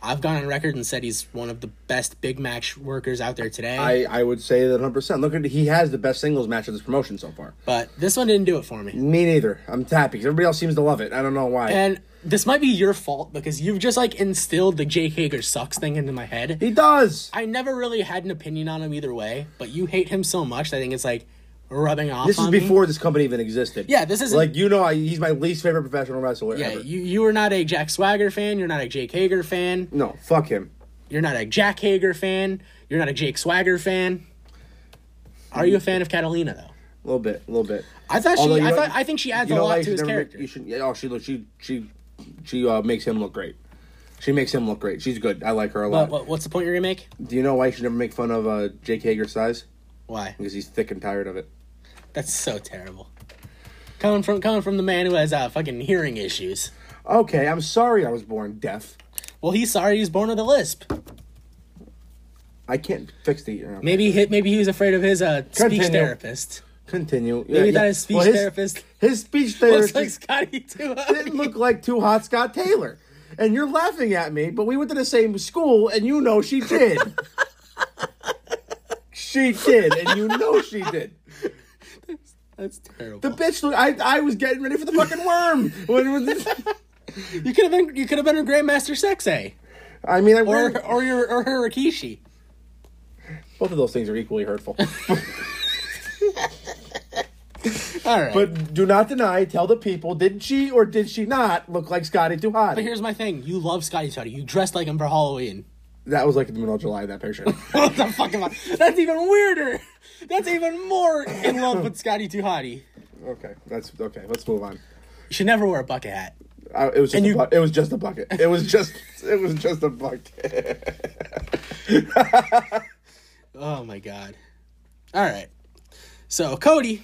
B: I've gone on record and said he's one of the best big match workers out there today.
D: I, I would say that 100%. Look at he has the best singles match of this promotion so far.
B: but this one didn't do it for me.
D: Me neither. I'm happy 'cause everybody else seems to love it. I don't know why.
B: And this might be your fault because you've just like instilled the Jake Hager sucks thing into my head.
D: he does.
B: I never really had an opinion on him either way, but you hate him so much that I think it's like rubbing off.
D: This is
B: on me.
D: before this company even existed.
B: Yeah, this isn't-
D: like you know. I, he's my least favorite professional wrestler.
B: Yeah,
D: ever.
B: you you were not a Jack Swagger fan. You're not a Jake Hager fan.
D: no, fuck him.
B: You're not a Jack Hager fan. You're not a Jake Swagger fan. Are you a fan of Catalina though?
D: A little bit, a little bit.
B: I thought
D: Although
B: she.
D: you
B: I
D: know-
B: thought. I think she adds
D: you
B: a
D: know
B: lot
D: why
B: to
D: you
B: his
D: should never make-
B: character.
D: you should, yeah, oh, she look. She she she uh, makes him look great. She makes him look great. She's good. I like her a lot.
B: But what, what's the point you're gonna make?
D: Do you know why you should never make fun of uh, Jake Hager's size?
B: Why?
D: Because he's thick and tired of it.
B: That's so terrible. Coming from coming from the man who has uh, fucking hearing issues.
D: Okay, I'm sorry I was born deaf.
B: Well, he's sorry he's born with a lisp.
D: I can't fix the. Uh,
B: Maybe he, maybe he was afraid of his uh, speech
D: Continue.
B: therapist.
D: continue.
B: Maybe
D: Yeah,
B: that
D: yeah.
B: his speech
D: Well, his,
B: therapist
D: His speech
B: looks
D: therapist
B: like Scotty too.
D: didn't look like too hot Scott Taylor. And you're laughing at me, but we went to the same school, and you know she did. she did, and you know she did.
B: That's terrible.
D: The bitch, look- I, I was getting ready for the fucking worm. When it was-
B: you could have been you could have been her grandmaster sexay
D: I mean, I
B: or
D: or,
B: or your or her Rikishi.
D: both of those things are equally hurtful.
B: All right.
D: but do not deny, tell the people, did she or did she not look like Scotty
B: But
D: Duhati?
B: here's my thing. You love Scotty Toddy. You dressed like him for Halloween.
D: That was like in the middle of July, that picture.
B: What the fuck am I? That's even weirder. That's even more in love with Scotty Too Hottie.
D: okay, that's okay. Let's move on.
B: You should never wear a bucket hat.
D: I, it was just
B: And
D: a
B: you-
D: bu- it was just a bucket. It was just it was just a bucket.
B: Oh my god. All right. So Cody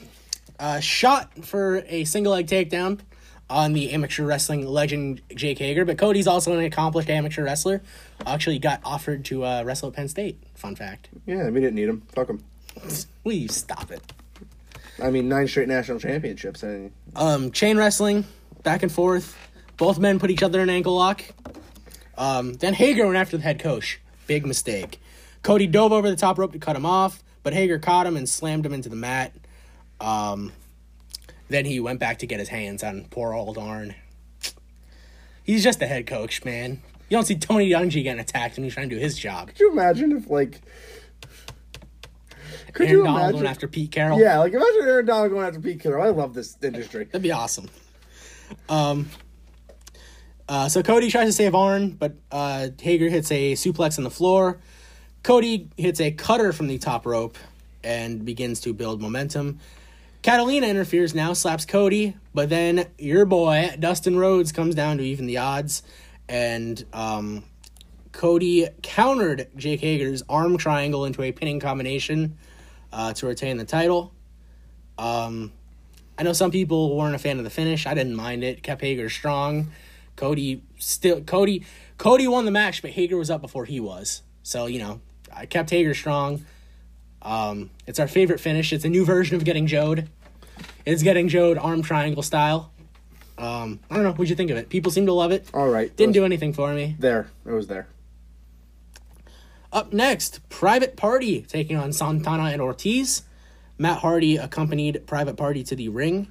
B: uh, shot for a single leg takedown on the amateur wrestling legend Jake Hager, but Cody's also an accomplished amateur wrestler. Actually, got offered to uh, wrestle at Penn State. Fun fact.
D: Yeah, we didn't need him. Fuck him.
B: Will you stop it?
D: I mean, nine straight national championships. And
B: um, chain wrestling, back and forth. Both men put each other in ankle lock. Um, then Hager went after the head coach. Big mistake. Cody dove over the top rope to cut him off, but Hager caught him and slammed him into the mat. Um, Then he went back to get his hands on poor old Arn. He's just the head coach, man. You don't see Tony Dungy getting attacked when he's trying to do his job.
D: Could you imagine if like? Could
B: Aaron
D: you
B: Donald
D: imagine?
B: going after Pete Carroll.
D: yeah, like imagine Aaron Donald going after Pete Carroll. I love this industry.
B: That'd be awesome. Um, uh, so Cody tries to save Arn, but uh, Hager hits a suplex on the floor. Cody hits a cutter from the top rope and begins to build momentum. Catalina interferes now, slaps Cody, but then your boy Dustin Rhodes comes down to even the odds, and um, Cody countered Jake Hager's arm triangle into a pinning combination uh, to retain the title. Um, I know some people weren't a fan of the finish. I didn't mind it. Kept Hager strong. Cody still Cody Cody won the match, but Hager was up before he was. So you know, I kept Hager strong. Um, it's our favorite finish. It's a new version of getting Jode. It's getting Jode arm triangle style. Um, I don't know. What'd you think of it? People seem to love it.
D: All right,
B: Didn't
D: it.
B: do
D: was
B: anything for me.
D: There, it was there.
B: Up next, Private Party taking on Santana and Ortiz. Matt Hardy accompanied Private Party to the ring.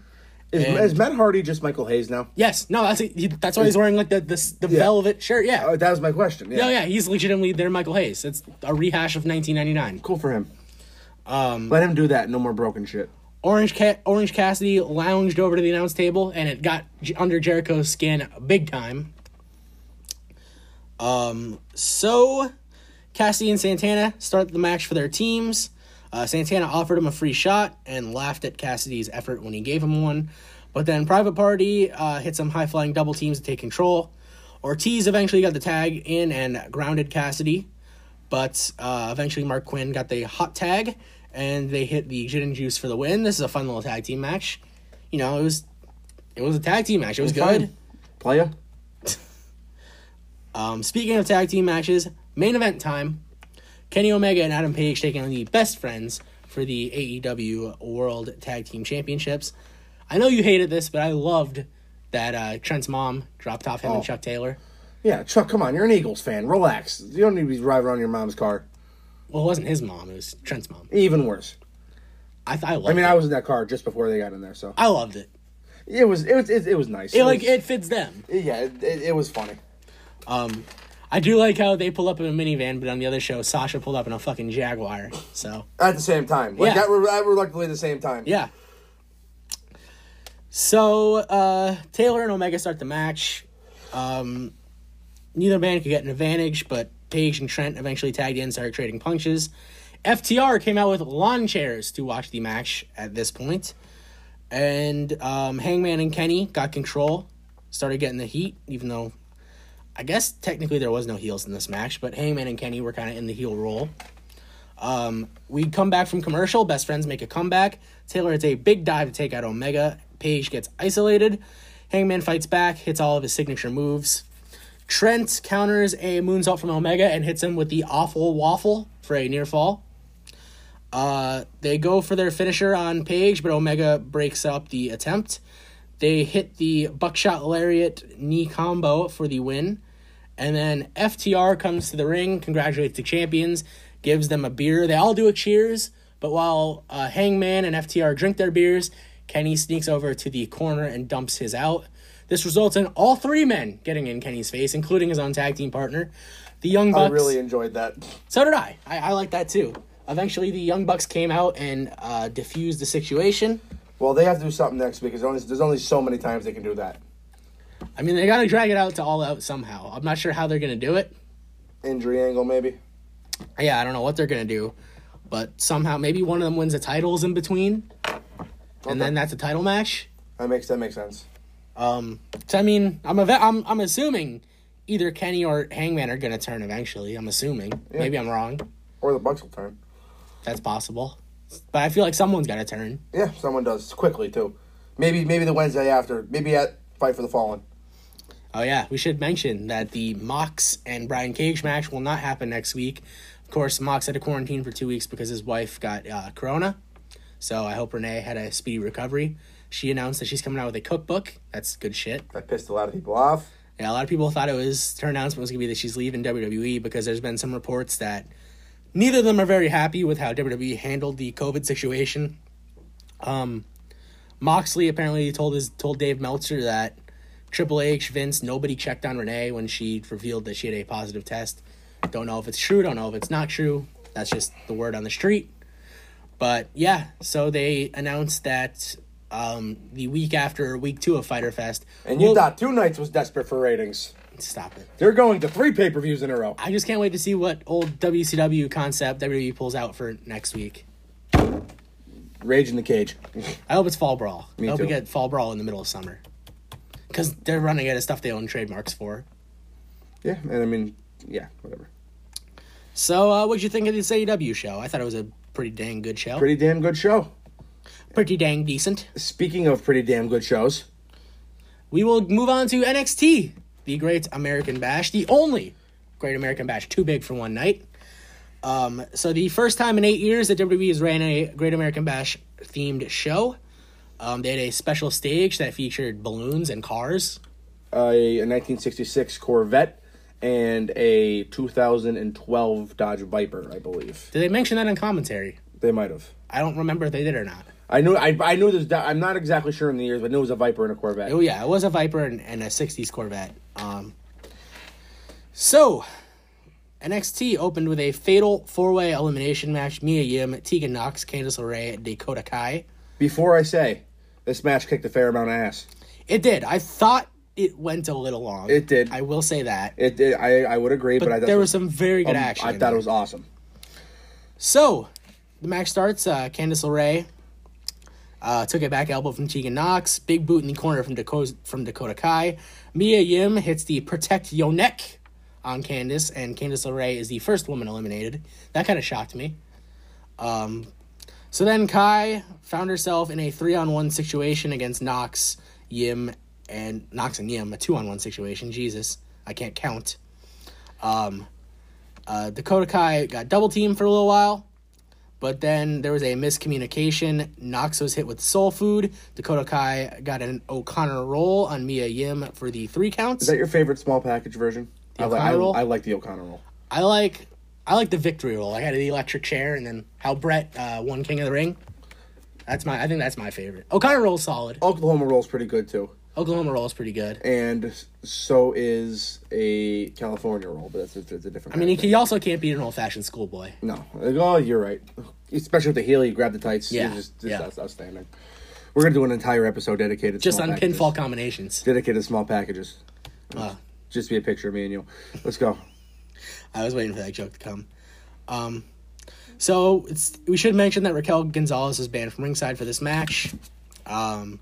D: Is,
B: And-
D: is Matt Hardy just Michael Hayes now?
B: Yes, no, that's he- that's why he's wearing like the the, the velvet shirt. Yeah,
D: Oh, that was my question. Yeah,
B: no, yeah, he's legitimately their Michael Hayes. It's a rehash of 1999.
D: cool for him. Um, Let him do that. No more broken shit.
B: Orange Ca- Orange Cassidy lounged over to the announce table, and it got J- under Jericho's skin big time. Um, so Cassidy and Santana start the match for their teams. Uh, Santana offered him a free shot and laughed at Cassidy's effort when he gave him one, but then Private Party uh, hit some high flying double teams to take control. Ortiz eventually got the tag in and grounded Cassidy. but uh, eventually Mark Quinn got the hot tag, and they hit the gin and juice for the win. This is a fun little tag team match. You know, it was it was a tag team match. It was good.
D: Fine. Playa.
B: Um, speaking of tag team matches, main event time. Kenny Omega and Adam Page taking on the best friends for the AEW World Tag Team Championships. I know you hated this, but I loved that uh, Trent's mom dropped off him
D: Oh.
B: and Chuck Taylor.
D: Yeah, Chuck, come on. You're an Eagles fan. Relax. You don't need to be driving around in your mom's car.
B: Well, it wasn't his mom; it was Trent's mom.
D: Even worse.
B: I th- I loved.
D: I mean,
B: it.
D: I was in that car just before they got in there, so
B: I loved it.
D: it was it was it, it was nice.
B: It like
D: was-
B: it fits them.
D: yeah, it, it, it was funny.
B: I do like how they pull up in a minivan, but on the other show, Sasha pulled up in a fucking Jaguar. So,
D: At the same time, like
B: Yeah.
D: that, were, that were luckily the same time.
B: yeah. So, uh, Taylor and Omega start the match. Um, neither man could get an advantage, but Paige and Trent eventually tagged in, started trading punches. FTR came out with lawn chairs to watch the match at this point. And um, Hangman and Kenny got control, started getting the heat, even though I guess technically there was no heels in this match, but Hangman and Kenny were kind of in the heel role. Um, we come back from commercial. Best friends make a comeback. Taylor hits a big dive to take out Omega. Page gets isolated. Hangman fights back, hits all of his signature moves. Trent counters a moonsault from Omega and hits him with the awful waffle for a near fall. Uh, they go for their finisher on Page, but Omega breaks up the attempt. They hit the buckshot lariat knee combo for the win. And then FTR comes to the ring, congratulates the champions, gives them a beer. They all do a cheers, but while uh, Hangman and FTR drink their beers, Kenny sneaks over to the corner and dumps his out. This results in all three men getting in Kenny's face, including his own tag team partner. The Young
D: I
B: Bucks.
D: really enjoyed that.
B: So did I. I, I like that too. Eventually, the Young Bucks came out and uh, diffused the situation.
D: Well, they have to do something next because only, there's only so many times they can do that.
B: I mean, they got to drag it out to all out somehow. I'm not sure how they're going to do it.
D: Injury angle, maybe.
B: Yeah, I don't know what they're going to do. But somehow, maybe one of them wins the titles in between. And then that's a title match. Um,
D: That makes that makes sense.
B: So, I mean, I'm, ave- I'm, I'm assuming either Kenny or Hangman are going to turn eventually. I'm assuming. Maybe I'm wrong.
D: Or the Bucks will turn.
B: That's possible. But I feel like someone's got to turn.
D: Yeah, someone does quickly too. Maybe maybe the Wednesday after. Maybe at Fight for the Fallen.
B: Oh yeah, we should mention that the Mox and Brian Cage match will not happen next week. Of course, Mox had to quarantine for two weeks because his wife got uh, corona. So I hope Renee had a speedy recovery. She announced that she's coming out with a cookbook. That's good shit.
D: That pissed a lot of people off.
B: Yeah, a lot of people thought it was her announcement was gonna be that she's leaving WWE because there's been some reports that neither E of them are very happy with how WWE handled the COVID situation. Um, Moxley apparently told his told Dave Meltzer that Triple H, Vince, nobody checked on Renee when she revealed that she had a positive test. Don't know if it's true. Don't know if it's not true. That's just the word on the street. But yeah, so they announced that um, the week after week two of Fighter Fest.
D: And you
B: will-
D: thought two nights was desperate for ratings.
B: Stop it.
D: They're going to three pay per views in a row.
B: I just can't wait to see what old WCW concept WWE pulls out for next week.
D: Rage in the cage.
B: I hope it's Fall Brawl.
D: Me
B: I hope we
D: too.
B: get Fall Brawl in the middle of summer. Because they're running out of stuff they own trademarks for.
D: Yeah, and I mean, yeah, whatever.
B: So, uh, what'd you think of this AEW show? I thought it was a pretty dang good show. Pretty,
D: Pretty damn good show.
B: dang decent.
D: Speaking of pretty damn good shows,
B: We will move on to NXT, the Great American Bash, the only Great American Bash, too big for one night. Um, so, the first time in eight years that WWE has ran a Great American Bash themed show. Um, they had a special stage that featured balloons and cars.
D: a, a 1966 Corvette and a 2012 Dodge Viper, I believe.
B: Did they mention that in commentary?
D: They might have.
B: I don't remember if they did or not.
D: I knew. I, I knew there's. I'm not exactly sure in the years, but I knew it was a Viper and a Corvette.
B: Oh yeah, it was a Viper and, and a '60s Corvette. Um, so NXT opened with a fatal four-way elimination match: Mia Yim, Tegan Knox, Candice LeRae, Dakota Kai.
D: Before I say, this match kicked a fair amount of ass.
B: It did. I thought it went a little long.
D: It did.
B: I will say that.
D: It did. I, I would agree, but,
B: but
D: I thought
B: there was some very good
D: um,
B: action.
D: I
B: in
D: thought
B: there.
D: it was awesome.
B: So, the match starts. Uh, Candice LeRae uh, took a back elbow from Tegan Knox. Big boot in the corner from Dakota, from Dakota Kai. Mia Yim hits the protect your neck on Candice, and Candice LeRae is the first woman eliminated. That kind of shocked me. Um, so then Kai found herself in a three on one situation against Knox, Yim, and Knox and Yim, a two on one situation. Jesus, I can't count. Um, Uh, Dakota Kai got double teamed for a little while, but then there was a miscommunication. Knox was hit with soul food. Dakota Kai got an O'Connor roll on Mia Yim for the three counts.
D: Is that your favorite small package version? I, li- I,
B: O'Connor roll?
D: I like the O'Connor roll.
B: I like, I like the victory roll. I had the electric chair, and then how Brett uh, won King of the Ring. That's my. I think that's my favorite. O'Connor roll's solid.
D: Oklahoma roll's pretty good too,
B: Oklahoma roll's pretty good.
D: and so is a California roll, but that's a, that's a different.
B: I mean, you, can, you also can't beat an old fashioned schoolboy.
D: no, Like, oh, you're right. Especially with the heel, you grab the tights.
B: Yeah,
D: Yeah, just, just-
B: yeah.
D: that's outstanding. We're gonna do an entire episode dedicated to
B: Just
D: small
B: on
D: packages.
B: pinfall combinations.
D: Dedicated to small packages.
B: Uh,
D: Just be a picture of me and you. Let's go.
B: I was waiting for that joke to come. Um, so it's we should mention that Raquel Gonzalez was banned from ringside for this match. Um,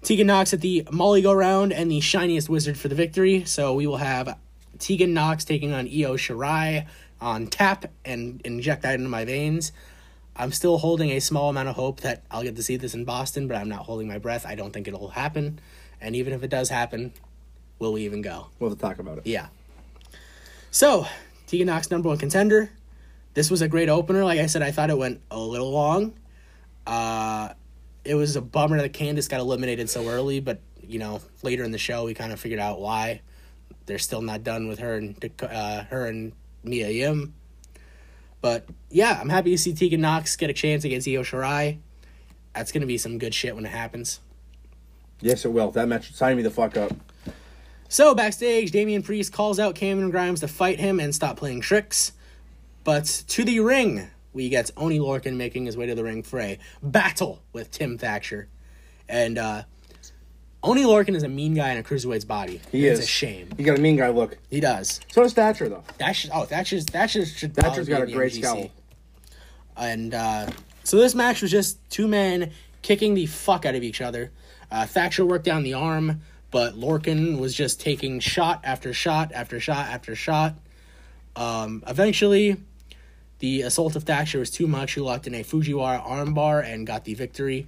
B: Tegan Knox at the Molly Go Round and the Shiniest Wizard for the victory. So we will have Tegan Knox taking on Io Shirai on tap and inject that into my veins. I'm still holding a small amount of hope that I'll get to see this in Boston, but I'm not holding my breath. I don't think it'll happen. And even if it does happen, will we even go?
D: We'll have to talk about it.
B: Yeah. So, Tegan Knox, number one contender. This was a great opener. Like I said, I thought it went a little long. Uh, it was a bummer that Candice got eliminated so early, but, you know, later in the show, we kind of figured out why. They're still not done with her and Dak- uh, her and Mia Yim. But, yeah, I'm happy to see Tegan Knox get a chance against Io Shirai. That's going to be some good shit when it happens.
D: Yes, it will. That match sign me the fuck up.
B: So backstage, Damian Priest calls out Cameron Grimes to fight him and stop playing tricks. But to the ring, we get Oni Lorkin making his way to the ring for a battle with Tim Thatcher. And uh, Oni Lorkin is a mean guy in a cruiserweight's body.
D: He
B: it's
D: is.
B: a shame.
D: You got a mean guy look.
B: He does.
D: So does Thatcher though.
B: Thatcher. Oh, Thatcher's Thatcher should.
D: Thatcher's
B: probably
D: got a
B: be
D: great
B: in GC.
D: scowl.
B: And uh, so this match was just two men kicking the fuck out of each other. Uh, Thatcher worked down the arm, but Lorkin was just taking shot after shot after shot after shot. Um, eventually, the assault of Thatcher was too much. Who locked in a Fujiwara armbar and got the victory.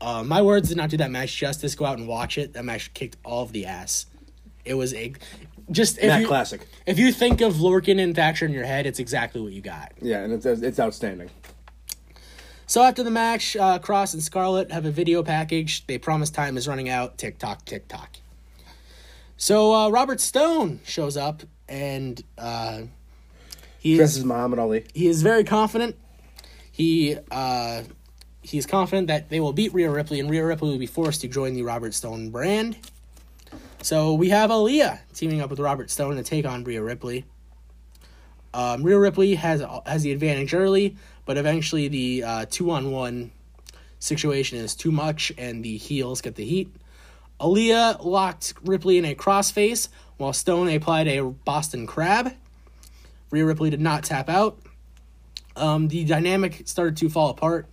B: Uh, my words did not do that match justice. Go out and watch it. That match kicked all of the ass. It was a just if
D: Matt
B: you-
D: classic.
B: If you think of Lorkin and Thatcher in your head, it's exactly what you got.
D: Yeah, and it's it's outstanding.
B: So after the match, uh, Cross and Scarlett have a video package. They promise time is running out. Tick tock, tick tock. So uh, Robert Stone shows up and uh, he is
D: Dresses Muhammad Ali.
B: he is very confident. He uh, He's confident that they will beat Rhea Ripley, and Rhea Ripley will be forced to join the Robert Stone brand. So we have Aaliyah teaming up with Robert Stone to take on Rhea Ripley. Um, Rhea Ripley has has the advantage early, but eventually the uh, two on one situation is too much, and the heels get the heat. Aaliyah locked Ripley in a crossface, while Stone applied a Boston Crab. Rhea Ripley did not tap out. Um, the dynamic started to fall apart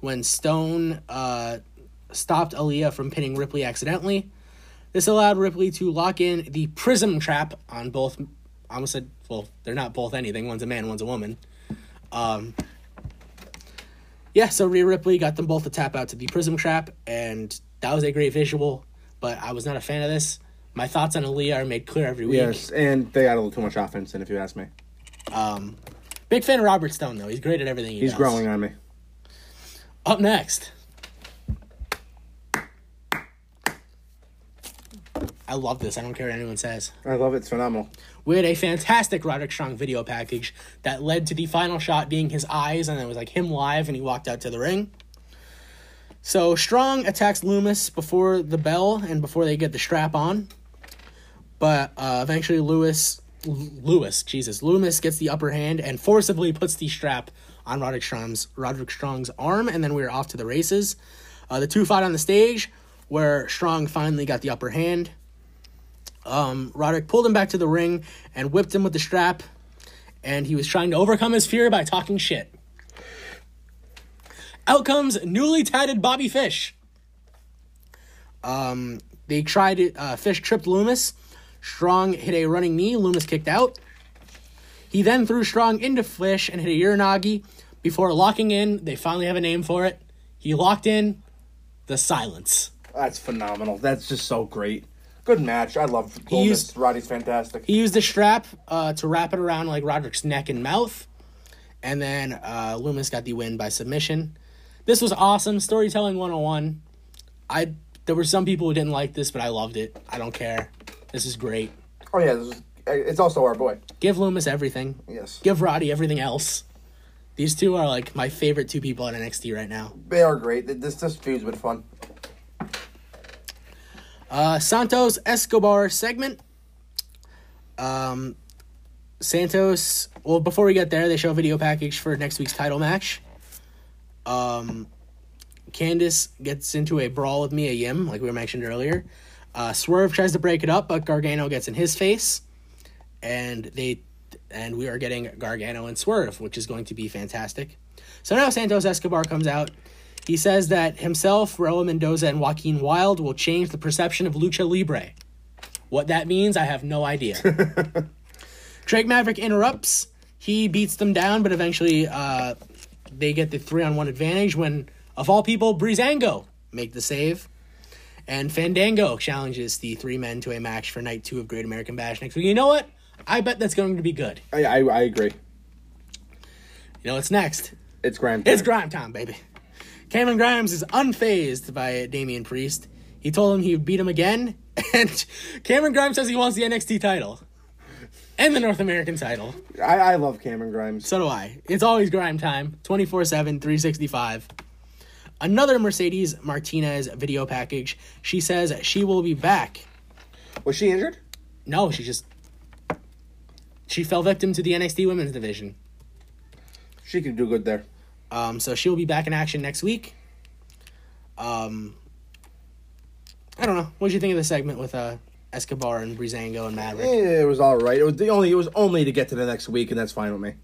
B: when Stone uh, stopped Aaliyah from pinning Ripley accidentally. This allowed Ripley to lock in the Prism Trap on both. I almost said, well, they're not both anything. One's a man, one's a woman. Um, yeah, so Rhea Ripley got them both to tap out to the Prism Trap, and that was a great visual, but I was not a fan of this. My thoughts on Aaliyah are made clear every week.
D: Yes, and they got a little too much offense in, if you ask me.
B: Big fan of Robert Stone, though. He's great at everything he
D: He's
B: does.
D: growing on me.
B: Up next. I love this. I don't care what anyone says.
D: I love it. It's phenomenal.
B: We had a fantastic Roderick Strong video package that led to the final shot being his eyes, and it was like him live, and he walked out to the ring. So Strong attacks Loomis before the bell and before they get the strap on, but uh, eventually Lewis, L- Lewis, Jesus, Loomis gets the upper hand and forcibly puts the strap on Roderick Strong's Roderick Strong's arm, and then we are off to the races. Uh, the two fight on the stage, where Strong finally got the upper hand. Roderick pulled him back to the ring and whipped him with the strap, and he was trying to overcome his fear by talking shit. Out comes newly tatted Bobby Fish. Um, they tried it. Uh, Fish tripped Loomis. Strong hit a running knee. Loomis kicked out. He then threw Strong into Fish and hit a uranagi before locking in. They finally have a name for it. He locked in the silence.
D: That's phenomenal. That's just so great. Good match. I love Goldust.
B: used-
D: Roddy's fantastic.
B: He used the strap uh, to wrap it around like Roderick's neck and mouth, and then uh, Loomis got the win by submission. This was awesome storytelling 101. I there were some people who didn't like this, but I loved it. I don't care. This is great.
D: oh yeah, this is, it's also our boy.
B: Give Loomis everything.
D: Yes,
B: Give Roddy everything else. These two are like my favorite two people at NXT right now.
D: they are great. This this feud's been fun.
B: Uh, Santos Escobar segment. Um, Santos. Well, before we get there, they show a video package for next week's title match. Um, Candice gets into a brawl with Mia Yim, like we mentioned earlier. Uh, Swerve tries to break it up, but Gargano gets in his face, and they and we are getting Gargano and Swerve, which is going to be fantastic. So now Santos Escobar comes out. He says that himself, Raul Mendoza, and Joaquin Wild will change the perception of lucha libre. What that means, I have no idea. Drake Maverick interrupts. He beats them down, but eventually uh, they get the three on one advantage when, of all people, Breezango make the save. And Fandango challenges the three men to a match for night two of Great American Bash next week. You know what? I bet that's going to be good.
D: I I, I agree.
B: You know what's next?
D: It's grand.
B: It's Grime time, baby. Cameron Grimes is unfazed by Damian Priest. He told him he would beat him again, and Cameron Grimes says he wants the NXT title and the North American title.
D: I I love Cameron Grimes.
B: So do I. It's always Grime time, 24 7, 365. Another Mercedes Martinez video package. She says she will be back.
D: Was she injured?
B: No, she just. She fell victim to the NXT women's division.
D: She can do good there.
B: Um, so she'll be back in action next week. Um, I don't know. What did you think of the segment with uh, Escobar and Brizango and Maverick?
D: Yeah, it was all right. It was the only. It was only to get to the next week, and that's fine with me.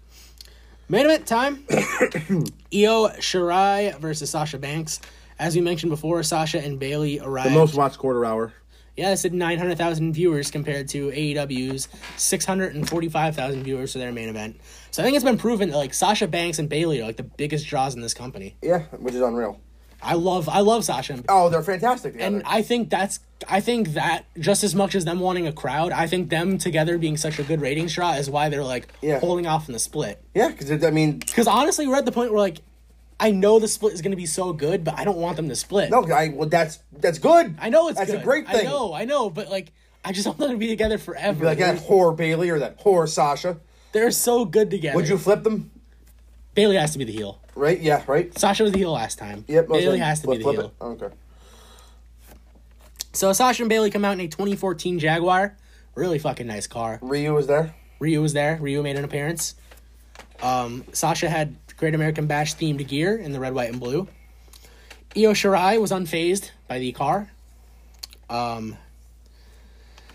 B: Main event time. Io Shirai versus Sasha Banks. As we mentioned before, Sasha and Bailey arrived.
D: The most watched quarter hour.
B: yeah, this said 900,000 viewers compared to E AEW's 645,000 viewers for their main event. So I think it's been proven that like Sasha Banks and Bailey are like the biggest draws in this company.
D: Yeah, which is unreal.
B: I love I love Sasha and
D: Oh, they're fantastic. Together.
B: And I think that's I think that just as much as them wanting a crowd, I think them together being such a good ratings draw is why they're like
D: Yeah.
B: holding off in the split.
D: yeah, because I mean,
B: Because honestly, we're at the point where like I know the split is going to be so good, but I don't want them to split.
D: no, I well, that's that's good.
B: I know it's
D: that's
B: good.
D: a great thing.
B: I know, I know, but like I just want them to be together forever.
D: Like that
B: they're,
D: whore Bailey or that whore Sasha.
B: they're so good together.
D: Would you flip them?
B: Bailey has to be the heel.
D: Right? Yeah, right?
B: Sasha was the heel last time.
D: Yep. I was
B: Bailey
D: like,
B: has to
D: flip-
B: be the
D: flip
B: heel.
D: it. Okay.
B: So Sasha and Bailey come out in a 2014 Jaguar. Really fucking nice car.
D: Ryu was there.
B: Ryu was there. Ryu made an appearance. Um, Sasha had Great American Bash themed gear in the red, white, and blue. Io Shirai was unfazed by the car. Um,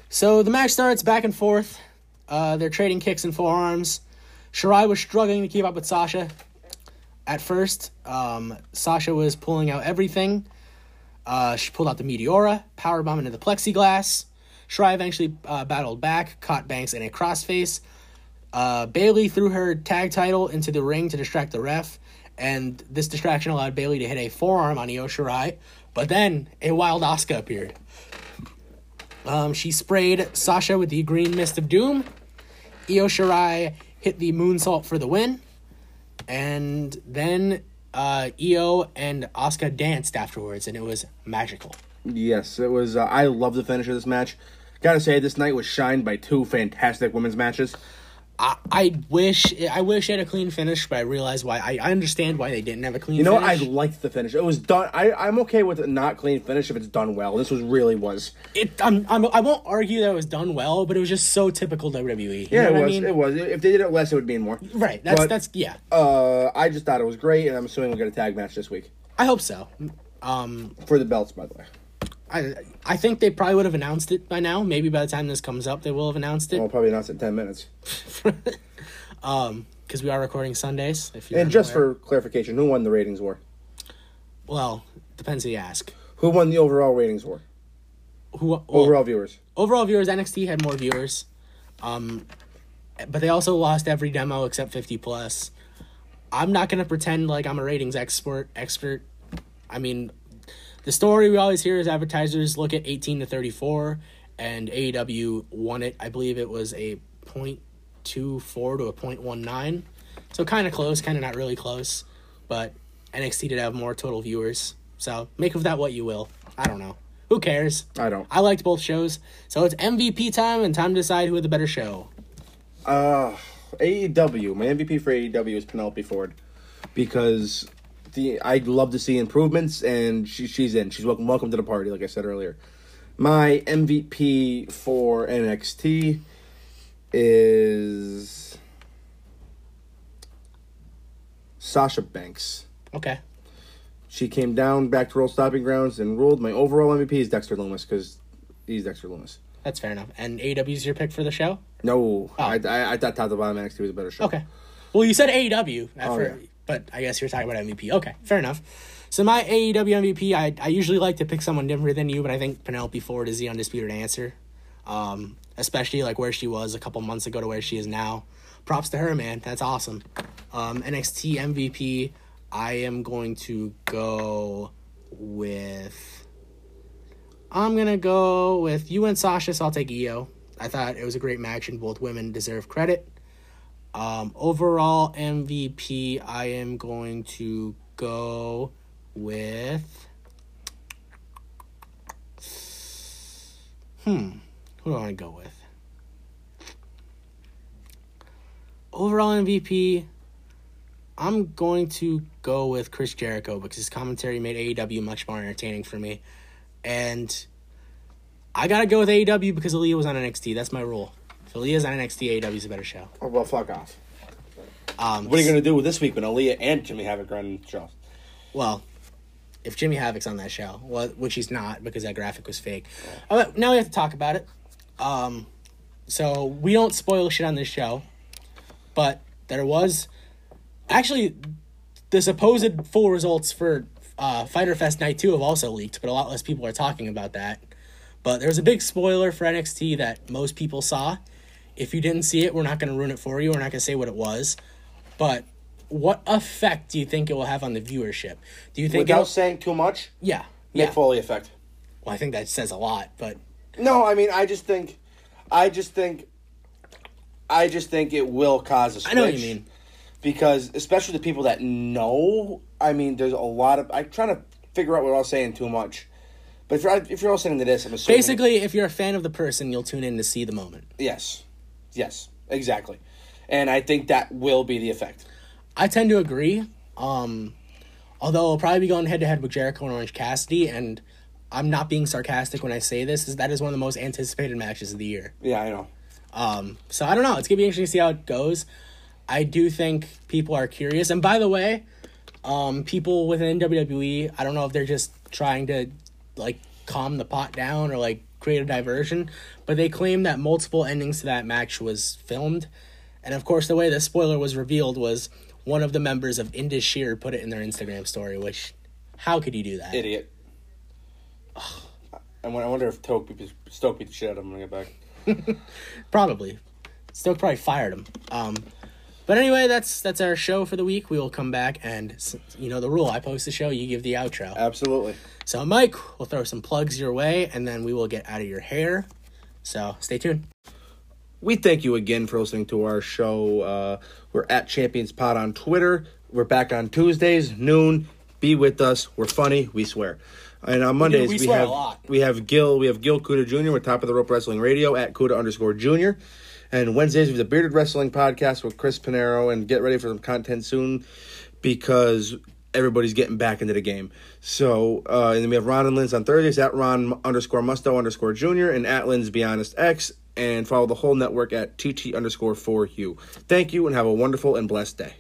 B: so the match starts back and forth. Uh, they're trading kicks and forearms. Shirai was struggling to keep up with Sasha. At first, um, Sasha was pulling out everything. Uh, she pulled out the Meteora, powerbomb into the plexiglass. Shirai eventually uh, battled back, caught Banks in a crossface. Uh, Bailey threw her tag title into the ring to distract the ref, and this distraction allowed Bailey to hit a forearm on Io Shirai. But then a wild Asuka appeared. Um, she sprayed Sasha with the green mist of doom. Io Shirai hit the moonsault for the win, and then uh, Io and Asuka danced afterwards, and it was magical.
D: Yes, it was. Uh, I love the finish of this match. Gotta say, this night was shined by two fantastic women's matches.
B: I, I wish I wish it had a clean finish, but I realize why. I, I understand why they didn't have a clean.
D: You know what? I
B: finish.
D: liked the finish. It was done. I, I'm okay with a not clean finish if it's done well. This was really was.
B: it I'm, I'm I won't argue that it was done well, but it was just so typical WWE. You
D: Yeah,
B: know
D: it
B: what
D: was.
B: I mean?
D: It was. If they did it less, it would mean more.
B: right. That's
D: But,
B: that's yeah.
D: Uh, I just thought it was great, and I'm assuming we'll get a tag match this week
B: I hope so.
D: for the belts, by the way.
B: I I think they probably would have announced it by now. Maybe by the time this comes up, they will have announced
D: We'll
B: it
D: probably announce it in ten minutes.
B: because we are recording Sundays. If you
D: And just for clarification, who won the ratings war?
B: well, depends who you ask.
D: Who won the overall ratings war?
B: Who well,
D: Overall viewers.
B: overall viewers NXT had more viewers, um, but they also lost every demo except fifty plus. I'm not gonna pretend like I'm a ratings expert. Expert, I mean, the story we always hear is advertisers look at 18 to 34, and AEW won it. I believe it was a point two four to a point one nine, so kind of close, kind of not really close, but NXT did have more total viewers. So make of that what you will. I don't know. Who cares?
D: I don't.
B: I liked both shows, so it's MVP time and time to decide who had the better show.
D: AEW. E My MVP for AEW is Penelope Ford because the I'd love to see improvements, and she, she's in. She's welcome. Welcome to the party, like I said earlier. My MVP for NXT is Sasha Banks.
B: Okay.
D: She came down back to roll stopping grounds and ruled. My overall MVP is Dexter Loomis because he's Dexter Loomis.
B: That's fair enough. And AEW's your pick for the show?
D: No, I, I I thought top to bottom NXT was a better show.
B: Okay. Well, you said E AEW, at fir-
D: yeah.
B: but I guess you're talking about MVP. Okay, fair enough. So my E AEW MVP, I, I usually like to pick someone different than you, but I think Penelope Ford is the undisputed answer. Um, especially like where she was a couple months ago to where she is now. Props to her, man. That's awesome. Um, NXT MVP, I am going to go with. I'm gonna go with you and Sasha. So I'll take Io. I thought it was a great match, and both women deserve credit. Um, overall MVP, I am going to go with. Hmm. Who do I want to go with? Overall MVP, I'm going to go with Chris Jericho because his commentary made AEW much more entertaining for me. And I got to go with AEW because Aaliyah was on NXT. That's my rule. If Aaliyah's on NXT, AEW is a better show.
D: Oh, well, fuck off. what are you going to do with this week when Aaliyah and Jimmy Havoc are on the show?
B: Well, if Jimmy Havoc's on that show, well, which he's not because that graphic was fake. Uh, now we have to talk about it. Um, so we don't spoil shit on this show, but there was actually the supposed full results for uh, Fighter Fest Night Two have also leaked, but a lot less people are talking about that. But there was a big spoiler for NXT that most people saw. If you didn't see it, we're not going to ruin it for you. We're not going to say what it was, but what effect do you think it will have on the viewership? Do you think it'll,
D: Without saying too much,
B: yeah,
D: Nick
B: yeah.
D: Foley effect.
B: Well, I think that says a lot, but
D: No, I mean, I just think, I just think, I just think it will cause a switch.
B: I know what you mean.
D: Because, especially the people that know, I mean, there's a lot of, I'm trying to figure out what I'm saying too much. But if you're, if you're all listening to this, I'm assuming.
B: Basically, if you're a fan of the person, you'll tune in to see the moment.
D: Yes. Yes. Exactly. And I think that will be the effect.
B: I tend to agree. Um, although I'll probably be going head to head with Jericho and Orange Cassidy, and I'm not being sarcastic when I say this, is that is one of the most anticipated matches of the year.
D: Yeah, I know.
B: Um, so I don't know. It's gonna be interesting to see how it goes. I do think people are curious. And by the way, um, people within WWE, I don't know if they're just trying to like calm the pot down or like create a diversion, but they claim that multiple endings to that match was filmed. And of course, the way the spoiler was revealed was one of the members of Indus Sheer put it in their Instagram story. Which, how could you do that?
D: Idiot. I wonder I wonder if Toke beat the- Stoke beat the shit out of him when I get back.
B: Probably. Still probably fired him. Um, but anyway, that's that's our show for the week. We will come back and s- you know the rule. I post the show, you give the outro.
D: Absolutely.
B: So Mike, we'll throw some plugs your way, and then we will get out of your hair. So stay tuned.
D: We thank you again for listening to our show. Uh, we're at Champions Pod on Twitter. We're back on Tuesdays noon. Be with us. We're funny. We swear. And on Mondays
B: we
D: we,
B: swear a
D: have
B: lot.
D: we have Gil we have Gil Cuda Jr. with Top of the Rope Wrestling Radio at Cuda underscore Jr. And Wednesdays we have the Bearded Wrestling Podcast with Chris Pinero. And get ready for some content soon because everybody's getting back into the game. So, uh, and then we have Ron and Linz on Thursdays at Ron underscore Musto underscore Jr. and at Linz Be Honest X. And follow the whole network at TT underscore for you. Thank you and have a wonderful and blessed day.